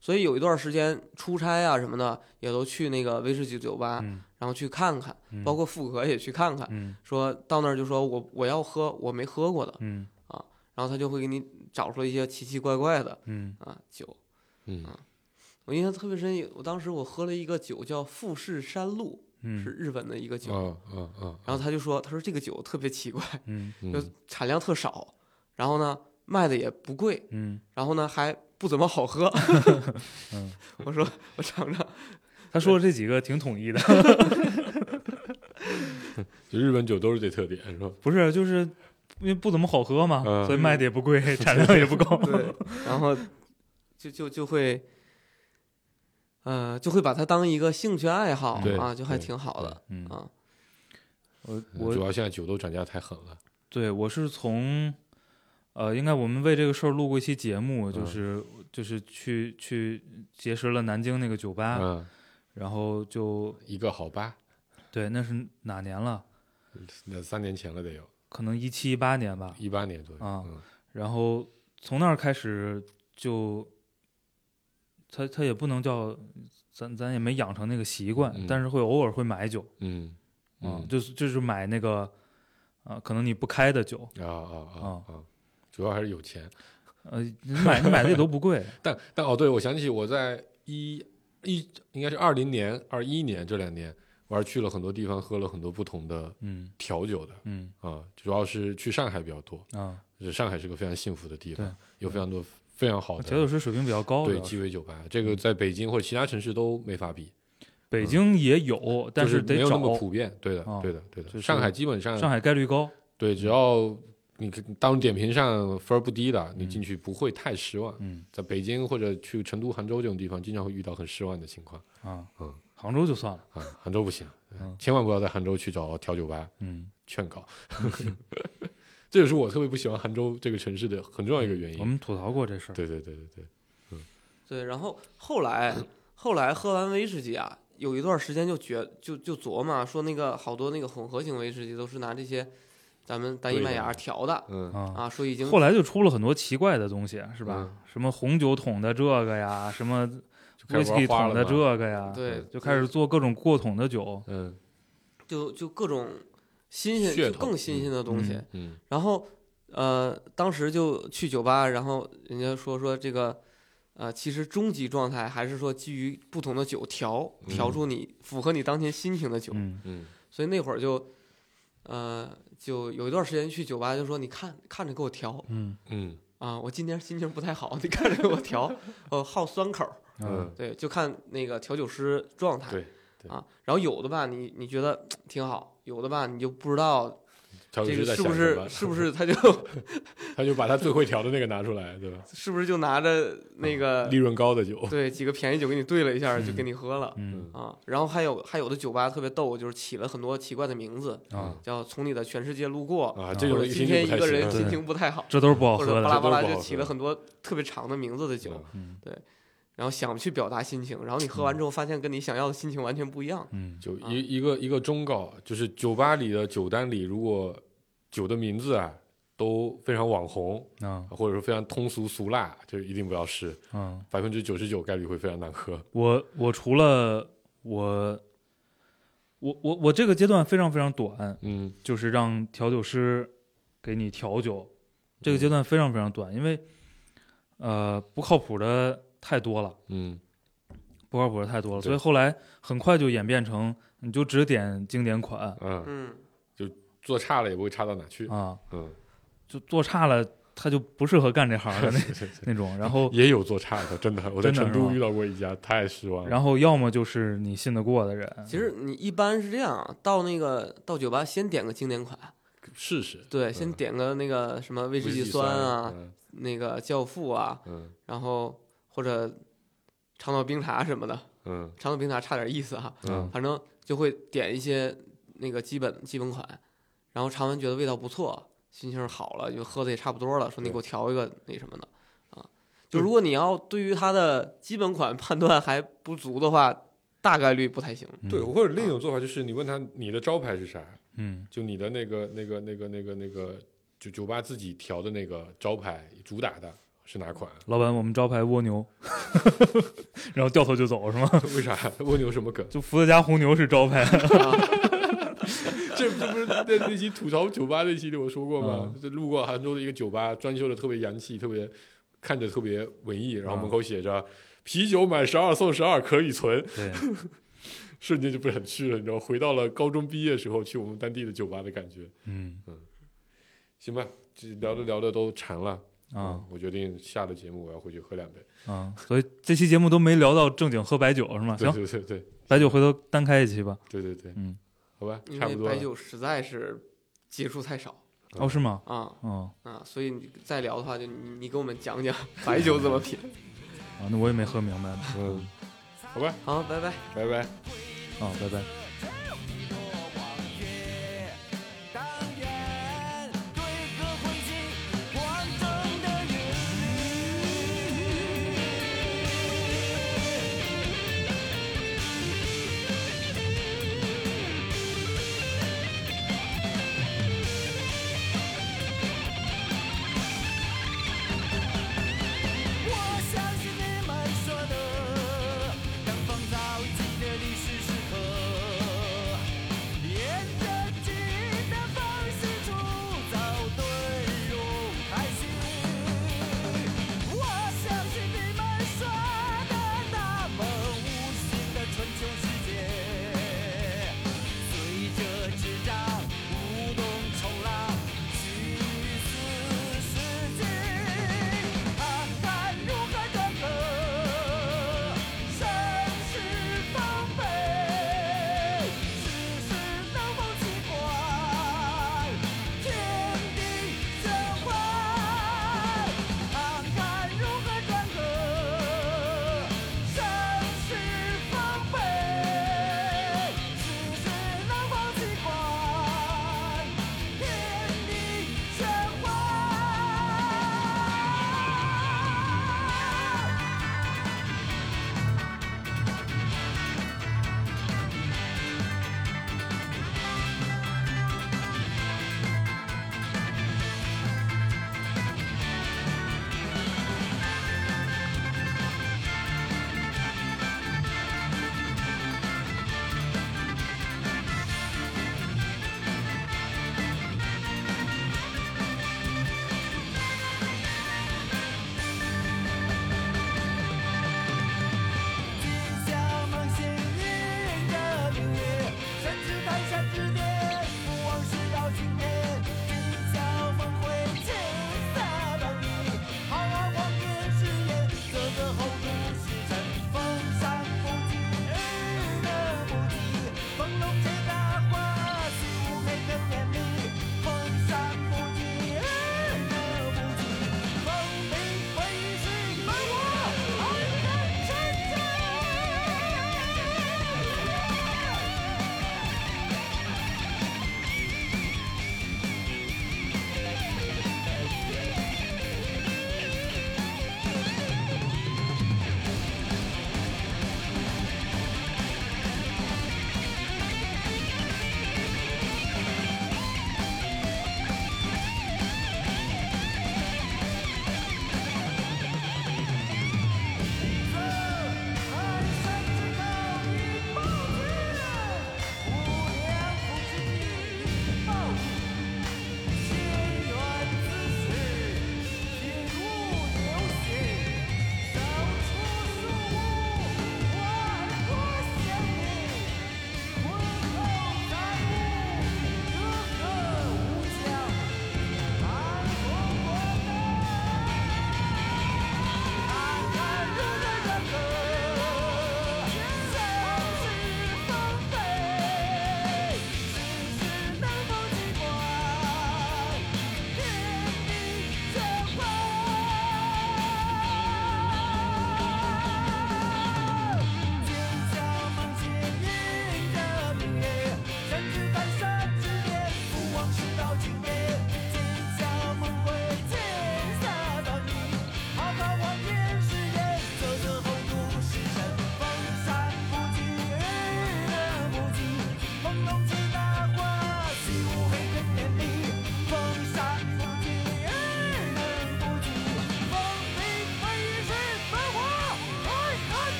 C: 所以有一段时间出差啊什么的，也都去那个威士忌酒吧，
D: 嗯
C: 然后去看看，
D: 嗯
C: 包括富格也去看看，
D: 嗯
C: 说到那儿就说我我要喝我没喝过的，
D: 嗯
C: 然后他就会给你找出来一些奇奇怪怪的。
D: 嗯
C: 啊酒。
E: 嗯
C: 我印象特别深，有我当时我喝了一个酒叫富士山露，是
D: 嗯
C: 日本的一个酒。
E: 啊啊啊！
C: 然后他就说，他说这个酒特别奇怪，
D: 嗯
E: 嗯
C: 就产量特少，然后呢卖的也不贵，
D: 嗯，
C: 然后呢还不怎么好 喝。
D: 嗯
C: 我说我尝尝，
D: 他说的这几个挺统一的，
E: 就日本酒都是这特点，是吧？
D: 不是就是。因为不怎么好喝嘛，
E: 嗯
D: 所以卖的也不贵， 产量也不高。
C: 对，然后就就就会。呃，就会把它当一个兴趣爱好
E: 对
C: 啊，就还
E: 对
C: 挺好的
D: 嗯，
C: 啊。
D: 我
E: 主
D: 我
E: 要现在酒都涨价太狠了。
D: 对我是从，呃，应该我们为这个事儿录过一期节目，就
E: 嗯
D: 是就是去去结识了南京那个酒吧，
E: 嗯，
D: 然后就
E: 一个好吧，
D: 对，那是哪年了？
E: 那三年前了得有，
D: 可能一七一八年吧。
E: 一八年左右。
D: 啊
E: 嗯
D: 然后从那儿开始就，他他也不能叫，咱咱也没养成那个习惯，
E: 嗯
D: 但是会偶尔会买酒
E: 嗯
D: 啊，
E: 嗯
D: 就是就是买那个啊，可能你不开的酒
E: 啊啊啊
D: 啊
E: 啊！主要还是有钱。
D: 呃，你买你买的也都不贵，
E: 但但哦，对，我想起我在一一应该是二零年、二一年这两年，我还是去了很多地方，喝了很多不同的
D: 嗯
E: 调酒的
D: 嗯
E: 啊，主要是去上海比较多。
D: 啊，
E: 就是上海是个非常幸福的地
D: 对
E: 方，有非常多非常好的
D: 调酒师水平比较高
E: 对
D: 的，嗯
E: 鸡尾酒吧，这个在北京或者其他城市都没法比，
D: 北京也有，但
E: 嗯就是
D: 得
E: 没有那么
D: 找，
E: 普遍。对的
D: 啊，
E: 对的，对
D: 就是
E: 的。上海基本上
D: 上海嗯概率高，
E: 对，只要你当点评上分儿不低的，你进去不会太失望。
D: 嗯
E: 在北京或者去成都、杭州这种地方，经常会遇到很失望的情况
D: 啊
E: 嗯，
D: 杭州就算了，
E: 啊。杭州不行
D: 嗯，
E: 千万不要在杭州去找调酒吧，
D: 嗯，
E: 劝告。 这也是我特别不喜欢杭州这个城市的很重要一个原
D: 嗯我
E: 因。
D: 们吐槽过这事儿，
E: 对对对对对，
C: 对，然后后来后来喝完威士忌啊，有一段时间就觉就就琢磨啊说那个好多那个混合型威士忌都是拿这些咱们单一麦芽调的
E: 嗯，
D: 啊。
C: 啊，说已经
D: 后来就出了很多奇怪的东西，啊是吧？
E: 嗯
D: 什么红酒桶的这个呀，什么
E: 就开
D: 威
E: 始
D: 士
E: 玩
D: 忌
E: 花
D: 桶的
E: 了嘛。
D: 这个呀，
C: 对
D: 啊就开始做各种过桶的酒，
E: 嗯
C: 就就各种新鲜
E: 噱
C: 就
E: 头
C: 更新鲜的东西，
D: 嗯
E: 嗯
C: 然后呃当时就去酒吧，然后人家说说这个。呃，其实终极状态还是说基于不同的酒调调出你符合你当前心情的酒，
D: 嗯
E: 嗯
C: 所以那会儿就，呃，就有一段时间去酒吧，就说你看看着给我调
D: 嗯
E: 嗯
C: 啊，我今天心情不太好，你看着给我调，呃，好酸口儿，
D: 啊
E: 嗯，
C: 对，就看那个调酒师状态，
E: 对对
C: 啊，然后有的吧，你你觉得挺好，有的吧，你就不知道
E: 调酒
C: 这
E: 师
C: 个
E: 在
C: 是
E: 想
C: 不
E: 什
C: 是
E: 么？
C: 是不是 他就
E: 他就把他最会调的那个拿出来，对吧？
C: 是不是就拿着那个
E: 利润高的酒，
C: 对几个便宜酒给你兑了一下，就给你喝了。
D: 嗯
C: 啊，然后还有还有的酒吧特别逗，就是起了很多奇怪的名字，
E: 嗯
D: 啊，
C: 叫从你的全世界路过
E: 啊，这
C: 或
E: 种
C: 者
E: 一
C: 今
E: 听就
C: 天一个
E: 不太行
C: 人
E: 啊。
C: 心
D: 对
C: 情不太好，
D: 这都是不好
C: 或者
D: 喝
C: 巴
D: 的
C: 拉巴拉
E: 这都不
C: 就
E: 好
C: 起了
E: 喝
C: 很多特别长的名字的酒，
E: 嗯
D: 嗯
C: 然后想去表达心情，然后你喝完之后发现跟你想要的心情完全不一样。
D: 嗯
E: 就
C: 啊
E: 一一个一个忠告，就是酒吧里的酒单里，如果酒的名字啊都非常网红，
D: 啊
E: 或者说非常通俗俗辣，就一定不要试，
D: 啊，
E: 百分之九十九概率会非常难喝。
D: 我我除了我。我我我这个阶段非常非常短，
E: 嗯
D: 就是让调酒师给你调酒，
E: 嗯
D: 这个阶段非常非常短，因为呃不靠谱的太多了，
E: 嗯
D: 不靠谱的太多了，
E: 对
D: 所以后来很快就演变成你就只点经典款
E: 嗯，
C: 嗯，
E: 做差了也不会差到哪去。
D: 啊，
E: 嗯，
D: 就做差了他就不适合干这行的那
E: 是是
D: 那种，然后
E: 也有做差的，真的，我在
D: 真的
E: 成
D: 是
E: 都
D: 吗
E: 遇到过一家，太失望了。
D: 然后要么就是你信得过的人，
C: 其实你一般是这样啊，到那个到酒吧先点个经典款，
E: 试试，
C: 对，先
E: 嗯
C: 点个那个什么威
E: 威
C: 士忌
E: 酸
C: 酸啊，
E: 嗯
C: 那个教父啊，
E: 嗯
C: 然后或者长岛冰茶什么的，
E: 嗯
C: 长岛冰茶差点意思哈、
E: 嗯
C: 反正就会点一些那个基本基本款，然后尝完觉得味道不错，心情好了，就喝的也差不多了，说你
E: 对
C: 给我调一个那什么的啊。就如果你要对于它的基本款判断还不足的话，大概率不太 行。
D: 嗯
E: 对，或者另一种做法就是你问他你的招牌是啥，
D: 嗯
E: 就你的那个那个那个那个那个，就酒吧自己调的那个招牌主打的是哪款？啊
D: 老板，我们招牌蜗牛， 然后掉头就走是吗？
E: 为啥？蜗牛什么梗？
D: 就伏特加红牛是招牌，
C: 啊
E: 这这不是在那期吐槽酒吧那期里我说过
D: 嗯
E: 吗？就路过杭州的一个酒吧，装修的特别洋气，特别看着特别文艺，然后
D: 嗯
E: 门口写着“啤酒满十二送十二，可以存
D: 对，”，
E: 瞬间就不想去了，你知道吗，回到了高中毕业时候去我们当地的酒吧的感觉。
D: 嗯
E: 行吧，这聊着聊着都馋了
D: 啊。
E: 嗯我决定下了节目我要回去喝两杯。
D: 啊，所以这期节目都没聊到正经喝白酒是吗？
E: 对
D: 啊行，
E: 对对对。
D: 白酒回头单开一期吧。
E: 对对对，
D: 嗯，
E: 好吧，
C: 因
E: 差
C: 为
E: 不多了
C: 白酒实在是接触太少
D: 哦，是吗？
C: 啊
D: 哦，
C: 啊，所以你再聊的话，就你你给我们讲讲白酒怎么品。
D: 啊，那我也没喝明白呢。
E: 嗯，好吧，
C: 好，拜拜。
E: 拜拜。
D: 啊，拜拜。
B: 我